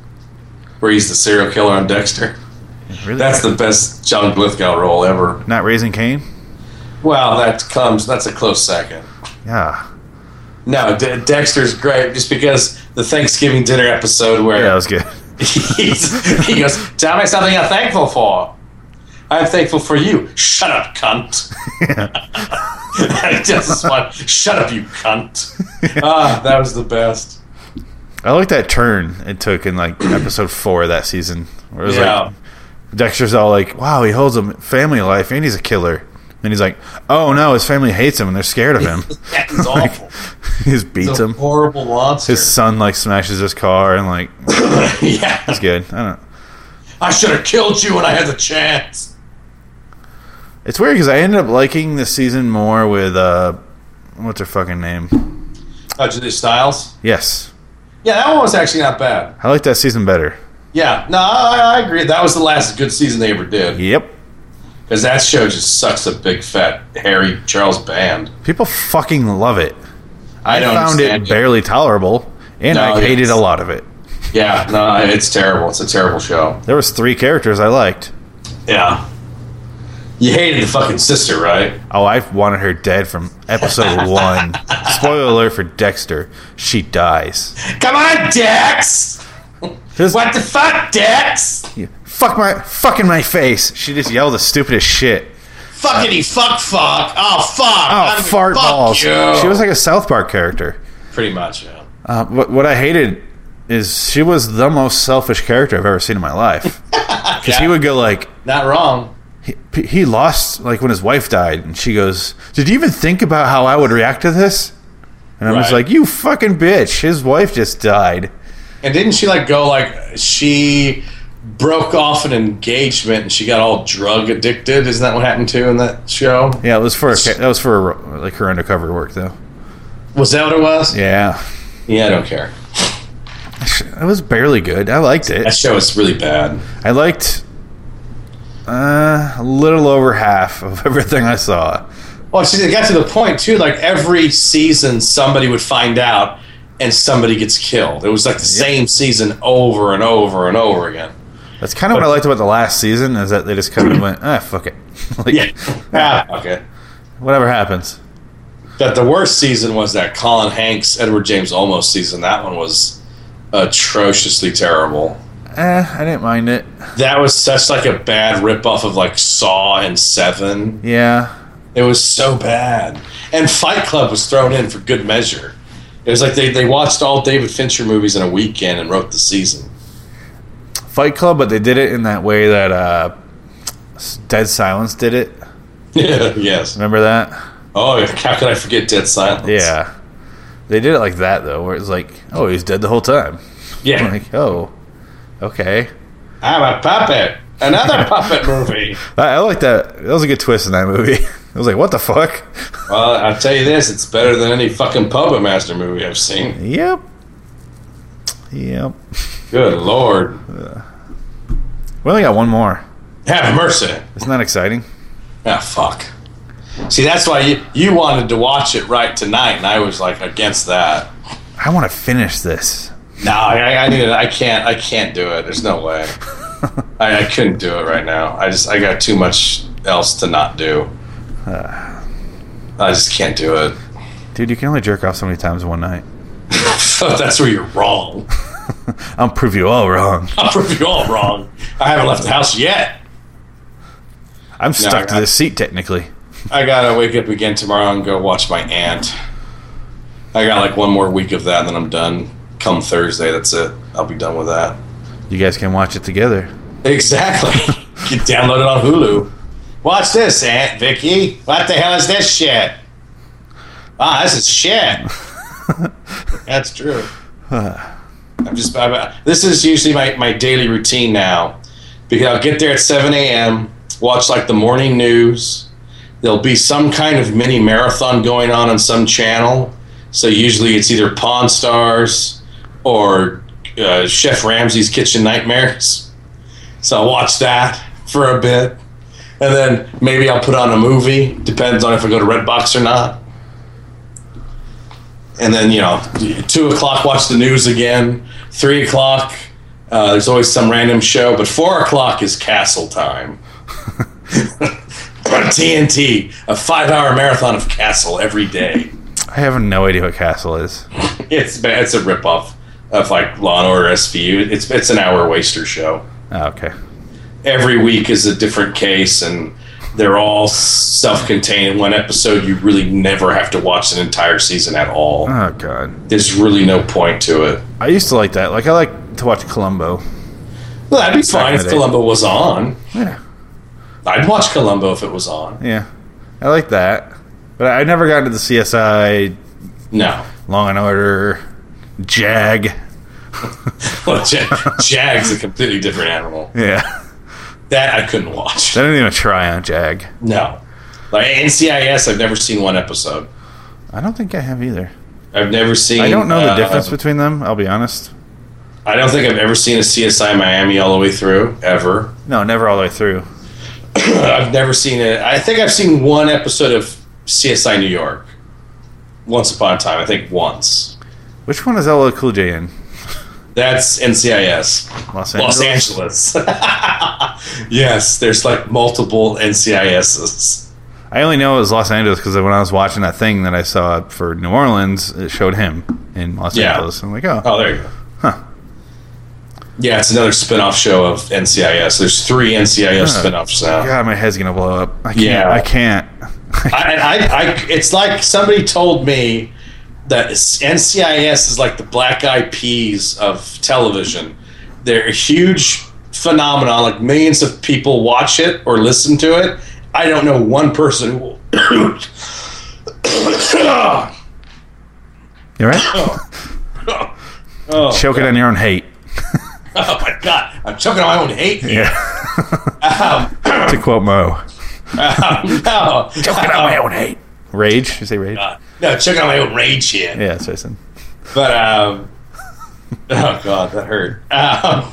[SPEAKER 2] where he's the serial killer on Dexter.
[SPEAKER 1] Really,
[SPEAKER 2] That's the best John Lithgow role ever.
[SPEAKER 1] not raising Cain.
[SPEAKER 2] Well, that comes. That's a close second.
[SPEAKER 1] Yeah,
[SPEAKER 2] No, De- Dexter's great just because the Thanksgiving dinner episode where
[SPEAKER 1] yeah, that was good.
[SPEAKER 2] he's, he goes, "Tell me something you're thankful for." I'm thankful for you. Shut up, cunt. I just want, shut up, you cunt. Ah, that was the best.
[SPEAKER 1] I like that turn it took in like episode four of that season, where it was
[SPEAKER 2] Yeah.
[SPEAKER 1] like Dexter's all like, "Wow, he holds a family life, and he's a killer." And he's like, "Oh no, his family hates him, and they're scared of him."
[SPEAKER 2] That is awful.
[SPEAKER 1] he just beats
[SPEAKER 2] It's a
[SPEAKER 1] him.
[SPEAKER 2] horrible monster.
[SPEAKER 1] um, His son like smashes his car, and like,
[SPEAKER 2] yeah.
[SPEAKER 1] it's good. I don't.
[SPEAKER 2] I should have killed you when I had the chance.
[SPEAKER 1] It's weird because I ended up liking this season more with uh, what's her fucking name?
[SPEAKER 2] Oh, Julia Styles?
[SPEAKER 1] Yes,
[SPEAKER 2] Yeah, that one was actually not bad.
[SPEAKER 1] I like that season better.
[SPEAKER 2] Yeah, no, I, I agree. That was the last good season they ever did.
[SPEAKER 1] Yep.
[SPEAKER 2] Because that show just sucks a big, fat, hairy Charles Band.
[SPEAKER 1] People fucking love it.
[SPEAKER 2] I, don't
[SPEAKER 1] found
[SPEAKER 2] understand
[SPEAKER 1] it barely tolerable, and
[SPEAKER 2] No,
[SPEAKER 1] I hated
[SPEAKER 2] it's-
[SPEAKER 1] a lot of it.
[SPEAKER 2] Yeah, no, it's terrible. It's a terrible show.
[SPEAKER 1] There was three characters I liked.
[SPEAKER 2] Yeah. You hated the fucking sister, right?
[SPEAKER 1] Oh, I wanted her dead from episode one. Spoiler alert for Dexter: she dies.
[SPEAKER 2] Come on, Dex!
[SPEAKER 1] Just
[SPEAKER 2] What the fuck, Dex?
[SPEAKER 1] fuck my fucking my face. She just yelled the stupidest shit.
[SPEAKER 2] Fuckity fuck fuck. Oh, fuck.
[SPEAKER 1] Oh, fart balls.
[SPEAKER 2] you.
[SPEAKER 1] She was like a South Park character.
[SPEAKER 2] Pretty much, yeah.
[SPEAKER 1] Uh, what, what I hated is she was the most selfish character I've ever seen in my life. Because he would go like,
[SPEAKER 2] Not wrong.
[SPEAKER 1] he, he lost like when his wife died and she goes did you even think about how i would react to this and i'm just
[SPEAKER 2] Right.
[SPEAKER 1] like you fucking bitch his wife just died
[SPEAKER 2] And didn't she like go like she broke off an engagement and she got all drug addicted? Isn't that what happened to in that show?
[SPEAKER 1] yeah it was for that was for like her undercover work though
[SPEAKER 2] Was that what it was?
[SPEAKER 1] yeah
[SPEAKER 2] Yeah, I don't care.
[SPEAKER 1] it was barely good i liked
[SPEAKER 2] That
[SPEAKER 1] it
[SPEAKER 2] show is really bad.
[SPEAKER 1] i liked uh, a little over half of everything i saw
[SPEAKER 2] Well, see, it got to the point too. Like every season, somebody would find out, and somebody gets killed. It was like the same season over and over and over again.
[SPEAKER 1] that's kind of what i liked about the last season is that they just kind of went ah fuck it like
[SPEAKER 2] ah, okay.
[SPEAKER 1] whatever happens
[SPEAKER 2] That the worst season was that Colin Hanks, Edward James Olmos season. That one was atrociously terrible.
[SPEAKER 1] eh, i didn't mind it
[SPEAKER 2] That was such like a bad ripoff of like Saw and Seven.
[SPEAKER 1] yeah
[SPEAKER 2] It was so bad. And Fight Club was thrown in for good measure. It was like they, they watched all David Fincher movies in a weekend and wrote the season.
[SPEAKER 1] Fight Club, but they did it in that way that uh, Dead Silence did it.
[SPEAKER 2] Yeah. yes.
[SPEAKER 1] Remember that?
[SPEAKER 2] Oh, yeah, how could I forget Dead Silence?
[SPEAKER 1] Yeah. They did it like that though, where it's like, oh, he's dead the whole time.
[SPEAKER 2] Yeah.
[SPEAKER 1] I'm like, oh, okay.
[SPEAKER 2] I'm a puppet. Another puppet movie.
[SPEAKER 1] I, I like that. That was a good twist in that movie. I was like, what the fuck?
[SPEAKER 2] Well, I'll tell you this, it's better than any fucking Puppet Master movie I've seen.
[SPEAKER 1] yep. Yep.
[SPEAKER 2] Good lord.
[SPEAKER 1] We only got one more.
[SPEAKER 2] Have mercy.
[SPEAKER 1] Isn't that exciting?
[SPEAKER 2] Ah, fuck. See, that's why you, you wanted to watch it right tonight, and I was like against that.
[SPEAKER 1] I want to finish this.
[SPEAKER 2] No, I, I need it. I can't. I can't do it. There's no way. I, I couldn't do it right now. I just I got too much else to not do. I just can't do it.
[SPEAKER 1] Dude, you can only jerk off so many times in one night.
[SPEAKER 2] So that's where you're wrong.
[SPEAKER 1] I'll prove you all wrong.
[SPEAKER 2] I'll prove you all wrong. I haven't left the house yet.
[SPEAKER 1] I'm stuck to
[SPEAKER 2] I-
[SPEAKER 1] this seat technically.
[SPEAKER 2] I gotta wake up again tomorrow and go watch my aunt. I got like one more week of that, and then I'm done. Come Thursday, that's it. I'll be done with that.
[SPEAKER 1] You guys can watch it together.
[SPEAKER 2] Exactly. you can download it on Hulu. Watch this, Aunt Vicky. What the hell is this shit? Ah, this is shit. That's true. I'm just. I'm, this is usually my, my daily routine now, because I'll get there at 7 a.m. Watch like the morning news. There'll be some kind of mini marathon going on on some channel. So usually it's either Pawn Stars or uh, Chef Ramsay's Kitchen Nightmares. So I'll watch that for a bit. And then maybe I'll put on a movie. Depends on if I go to Redbox or not. And then, you know, 2 o'clock, watch the news again. 3 o'clock, uh, there's always some random show. But 4 o'clock is castle time. on TNT, a five hour marathon of castle every day.
[SPEAKER 1] I have no idea what Castle is.
[SPEAKER 2] It's, ba- it's a ripoff of like Law and Order SVU. It's, it's an hour waster show.
[SPEAKER 1] Oh, okay.
[SPEAKER 2] every week is a different case and they're all self-contained one episode you really never have to watch an entire season at all
[SPEAKER 1] Oh god.
[SPEAKER 2] there's really no point to it
[SPEAKER 1] I used to like that. Like I like to watch Columbo.
[SPEAKER 2] well, that'd be fine if
[SPEAKER 1] Exactly.
[SPEAKER 2] columbo was on
[SPEAKER 1] Yeah.
[SPEAKER 2] i'd watch columbo if it was on
[SPEAKER 1] Yeah. I like that. But I I never got into the CSI,
[SPEAKER 2] no
[SPEAKER 1] Long and Order, Jag.
[SPEAKER 2] well, Jag- jag's a completely different animal
[SPEAKER 1] Yeah.
[SPEAKER 2] that i couldn't watch
[SPEAKER 1] I didn't even try on Jag.
[SPEAKER 2] no like ncis i've never seen one episode
[SPEAKER 1] I don't think I have either.
[SPEAKER 2] i've never seen
[SPEAKER 1] I don't know the
[SPEAKER 2] uh,
[SPEAKER 1] difference between them, I'll be honest.
[SPEAKER 2] i don't think i've ever seen a csi miami all the way through ever
[SPEAKER 1] No, never all the way through.
[SPEAKER 2] I've never seen it. I think I've seen one episode of CSI New York. Once upon a time, I think once.
[SPEAKER 1] Which one is LL Cool J in?
[SPEAKER 2] That's NCIS,
[SPEAKER 1] Los Angeles.
[SPEAKER 2] Los Angeles. yes, there's like multiple NCISs.
[SPEAKER 1] I only know it was Los Angeles because when I was watching that thing that I saw for New Orleans, it showed him in Los
[SPEAKER 2] Yeah.
[SPEAKER 1] Angeles. I'm like, oh,
[SPEAKER 2] Oh, there you go.
[SPEAKER 1] Huh.
[SPEAKER 2] Yeah, it's another spin-off show of NCIS. There's three NCIS
[SPEAKER 1] Huh.
[SPEAKER 2] spin-offs now.
[SPEAKER 1] God, my head's gonna blow up. I can't.
[SPEAKER 2] Yeah.
[SPEAKER 1] I can't.
[SPEAKER 2] I, I, I, it's like somebody told me that NCIS is like the black eyed peas of television. They're a huge phenomenon. Like millions of people watch it or listen to it. I don't know one person who.
[SPEAKER 1] You all right?
[SPEAKER 2] Oh,
[SPEAKER 1] Choke it on your own hate.
[SPEAKER 2] oh my god! I'm choking on my own hate. here.
[SPEAKER 1] Yeah.
[SPEAKER 2] Um,
[SPEAKER 1] to quote Mo,
[SPEAKER 2] um, no,
[SPEAKER 1] choke it on my own hate. Rage. You say rage?
[SPEAKER 2] no, choking on my own rage here.
[SPEAKER 1] Yeah, that's what I said.
[SPEAKER 2] But um, oh god, that hurt. Um,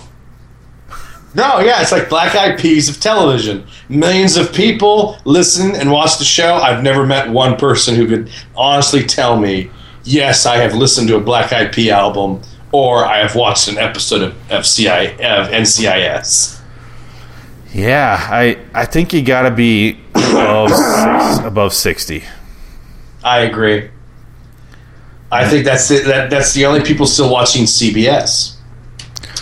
[SPEAKER 2] no, yeah, it's like Black Eyed Peas of television. Millions of people listen and watch the show. I've never met one person who could honestly tell me, yes, I have listened to a Black Eyed Pea album, or I have watched an episode of FCI of NCIS.
[SPEAKER 1] Yeah, I I think you gotta be above six, above sixty.
[SPEAKER 2] I agree. I think that's it. That, that's the only people still watching CBS.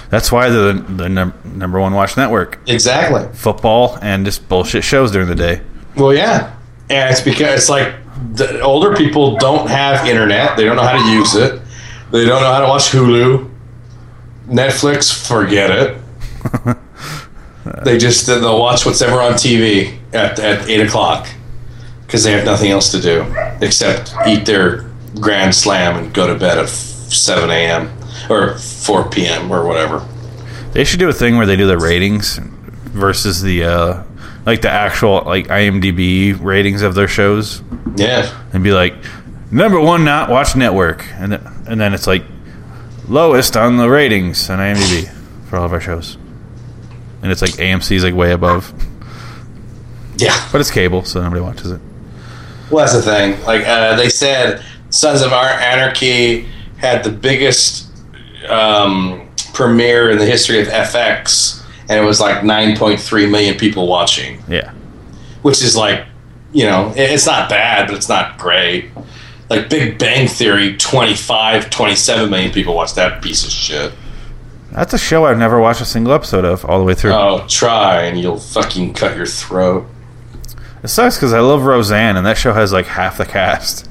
[SPEAKER 1] That's why they're the, the num- number one watch network.
[SPEAKER 2] Exactly.
[SPEAKER 1] Football and just bullshit shows during the day.
[SPEAKER 2] Well, yeah, and it's because it's like the older people don't have internet; they don't know how to use it. They don't know how to watch Hulu, Netflix. Forget it. they just they'll watch what's ever on TV at at eight o'clock because they have nothing else to do except eat their grand slam and go to bed at f- seven a.m. or four p.m. or whatever.
[SPEAKER 1] They should do a thing where they do the ratings versus the uh, like the actual like IMDb ratings of their shows,
[SPEAKER 2] Yeah,
[SPEAKER 1] and be like number one not watch network, and th- and then it's like lowest on the ratings on IMDb for all of our shows, and it's like AMC's like way above,
[SPEAKER 2] yeah.
[SPEAKER 1] but it's cable, so nobody watches it.
[SPEAKER 2] Well, that's the thing. Like uh, they said, Sons of Ar- Anarchy had the biggest um, premiere in the history of FX, and it was like 9.3 million people watching,
[SPEAKER 1] Yeah.
[SPEAKER 2] which is like, you know, it- it's not bad, but it's not great. Like Big Bang Theory, 25, 27 million people watched that piece of shit.
[SPEAKER 1] That's a show I've never watched a single episode of all the way through.
[SPEAKER 2] Oh, try and you'll fucking cut your throat.
[SPEAKER 1] It sucks because I love Roseanne, and that show has like half the cast.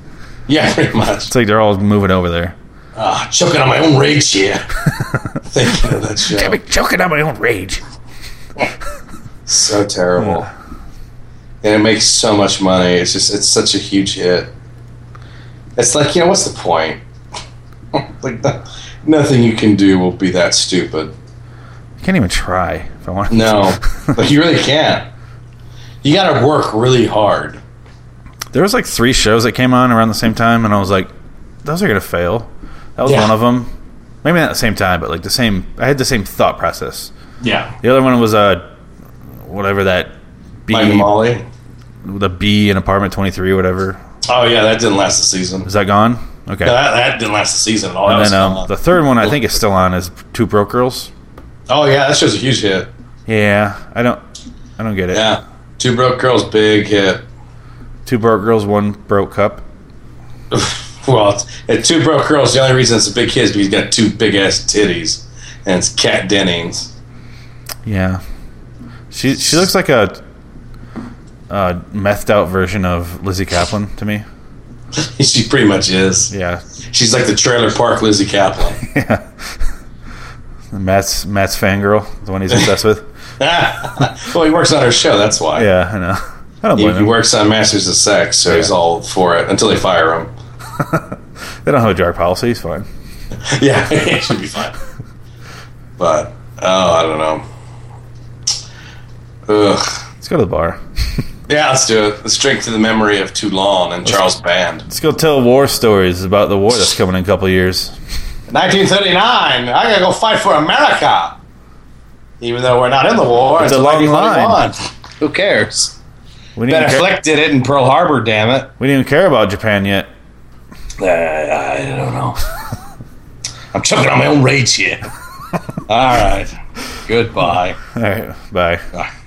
[SPEAKER 2] Yeah, pretty much.
[SPEAKER 1] It's like they're all moving over there.
[SPEAKER 2] Ah, choking on my own rage here. Thinking of that show.
[SPEAKER 1] choking on my own rage.
[SPEAKER 2] So terrible. And it makes so much money. It's just it's such a huge hit. It's like, you know, what's the point? like no, nothing you can do will be that stupid.
[SPEAKER 1] I can't even try if I want.
[SPEAKER 2] No. like you really can't. You gotta work really hard.
[SPEAKER 1] There was like three shows that came on around the same time, and I was like, "Those are gonna fail." That was
[SPEAKER 2] Yeah.
[SPEAKER 1] one of them. Maybe not at the same time, but like the same. I had the same thought process.
[SPEAKER 2] Yeah.
[SPEAKER 1] The other one was uh, whatever that B,
[SPEAKER 2] Like Molly.
[SPEAKER 1] the B in Apartment Twenty Three, whatever.
[SPEAKER 2] Oh yeah, that didn't last the season.
[SPEAKER 1] Is that gone? Okay.
[SPEAKER 2] No, that, that didn't last the season at all. That
[SPEAKER 1] and
[SPEAKER 2] was
[SPEAKER 1] then um,
[SPEAKER 2] fun.
[SPEAKER 1] the third one I think is still on is Two Broke Girls.
[SPEAKER 2] oh yeah, that show's a huge hit.
[SPEAKER 1] Yeah, I don't, I don't get it.
[SPEAKER 2] Yeah, Two Broke Girls, big hit.
[SPEAKER 1] Two Broke Girls, One Broke Cup.
[SPEAKER 2] Well, it's- at Two Broke Girls, the only reason it's a big hit is because he's got two big ass titties, and it's Kat Dennings.
[SPEAKER 1] Yeah, she she looks like a, uh methed out version of Lizzie Kaplan to me.
[SPEAKER 2] she pretty much is.
[SPEAKER 1] Yeah,
[SPEAKER 2] She's like the Trailer Park Lizzie Kaplan.
[SPEAKER 1] yeah. Matt's Matt's fangirl, the one he's obsessed with.
[SPEAKER 2] well, he works on her show, that's why.
[SPEAKER 1] Yeah, I know. I don't
[SPEAKER 2] He,
[SPEAKER 1] blame
[SPEAKER 2] he
[SPEAKER 1] him.
[SPEAKER 2] works on Masters of Sex, so he's
[SPEAKER 1] Yeah.
[SPEAKER 2] all for it until they fire him.
[SPEAKER 1] They don't have a drug policy. He's fine.
[SPEAKER 2] Yeah, it should be fine. But oh, I don't know. Ugh.
[SPEAKER 1] Let's go to the bar.
[SPEAKER 2] Yeah, let's do it. Let's drink to the memory of Toulon and Charles Band.
[SPEAKER 1] Let's go tell war stories about the war that's coming in a couple of years.
[SPEAKER 2] 1939. I gotta go fight for America. Even though we're not in the war,
[SPEAKER 1] It's a long line.
[SPEAKER 2] 1941. Who cares?
[SPEAKER 1] We didn't,
[SPEAKER 2] Ben
[SPEAKER 1] even care,
[SPEAKER 2] Affleck did it in Pearl Harbor. Damn it.
[SPEAKER 1] we didn't even care about Japan yet.
[SPEAKER 2] Uh, I don't know. I'm choking on my own rage here. All right. Goodbye.
[SPEAKER 1] All right, bye.
[SPEAKER 2] Bye.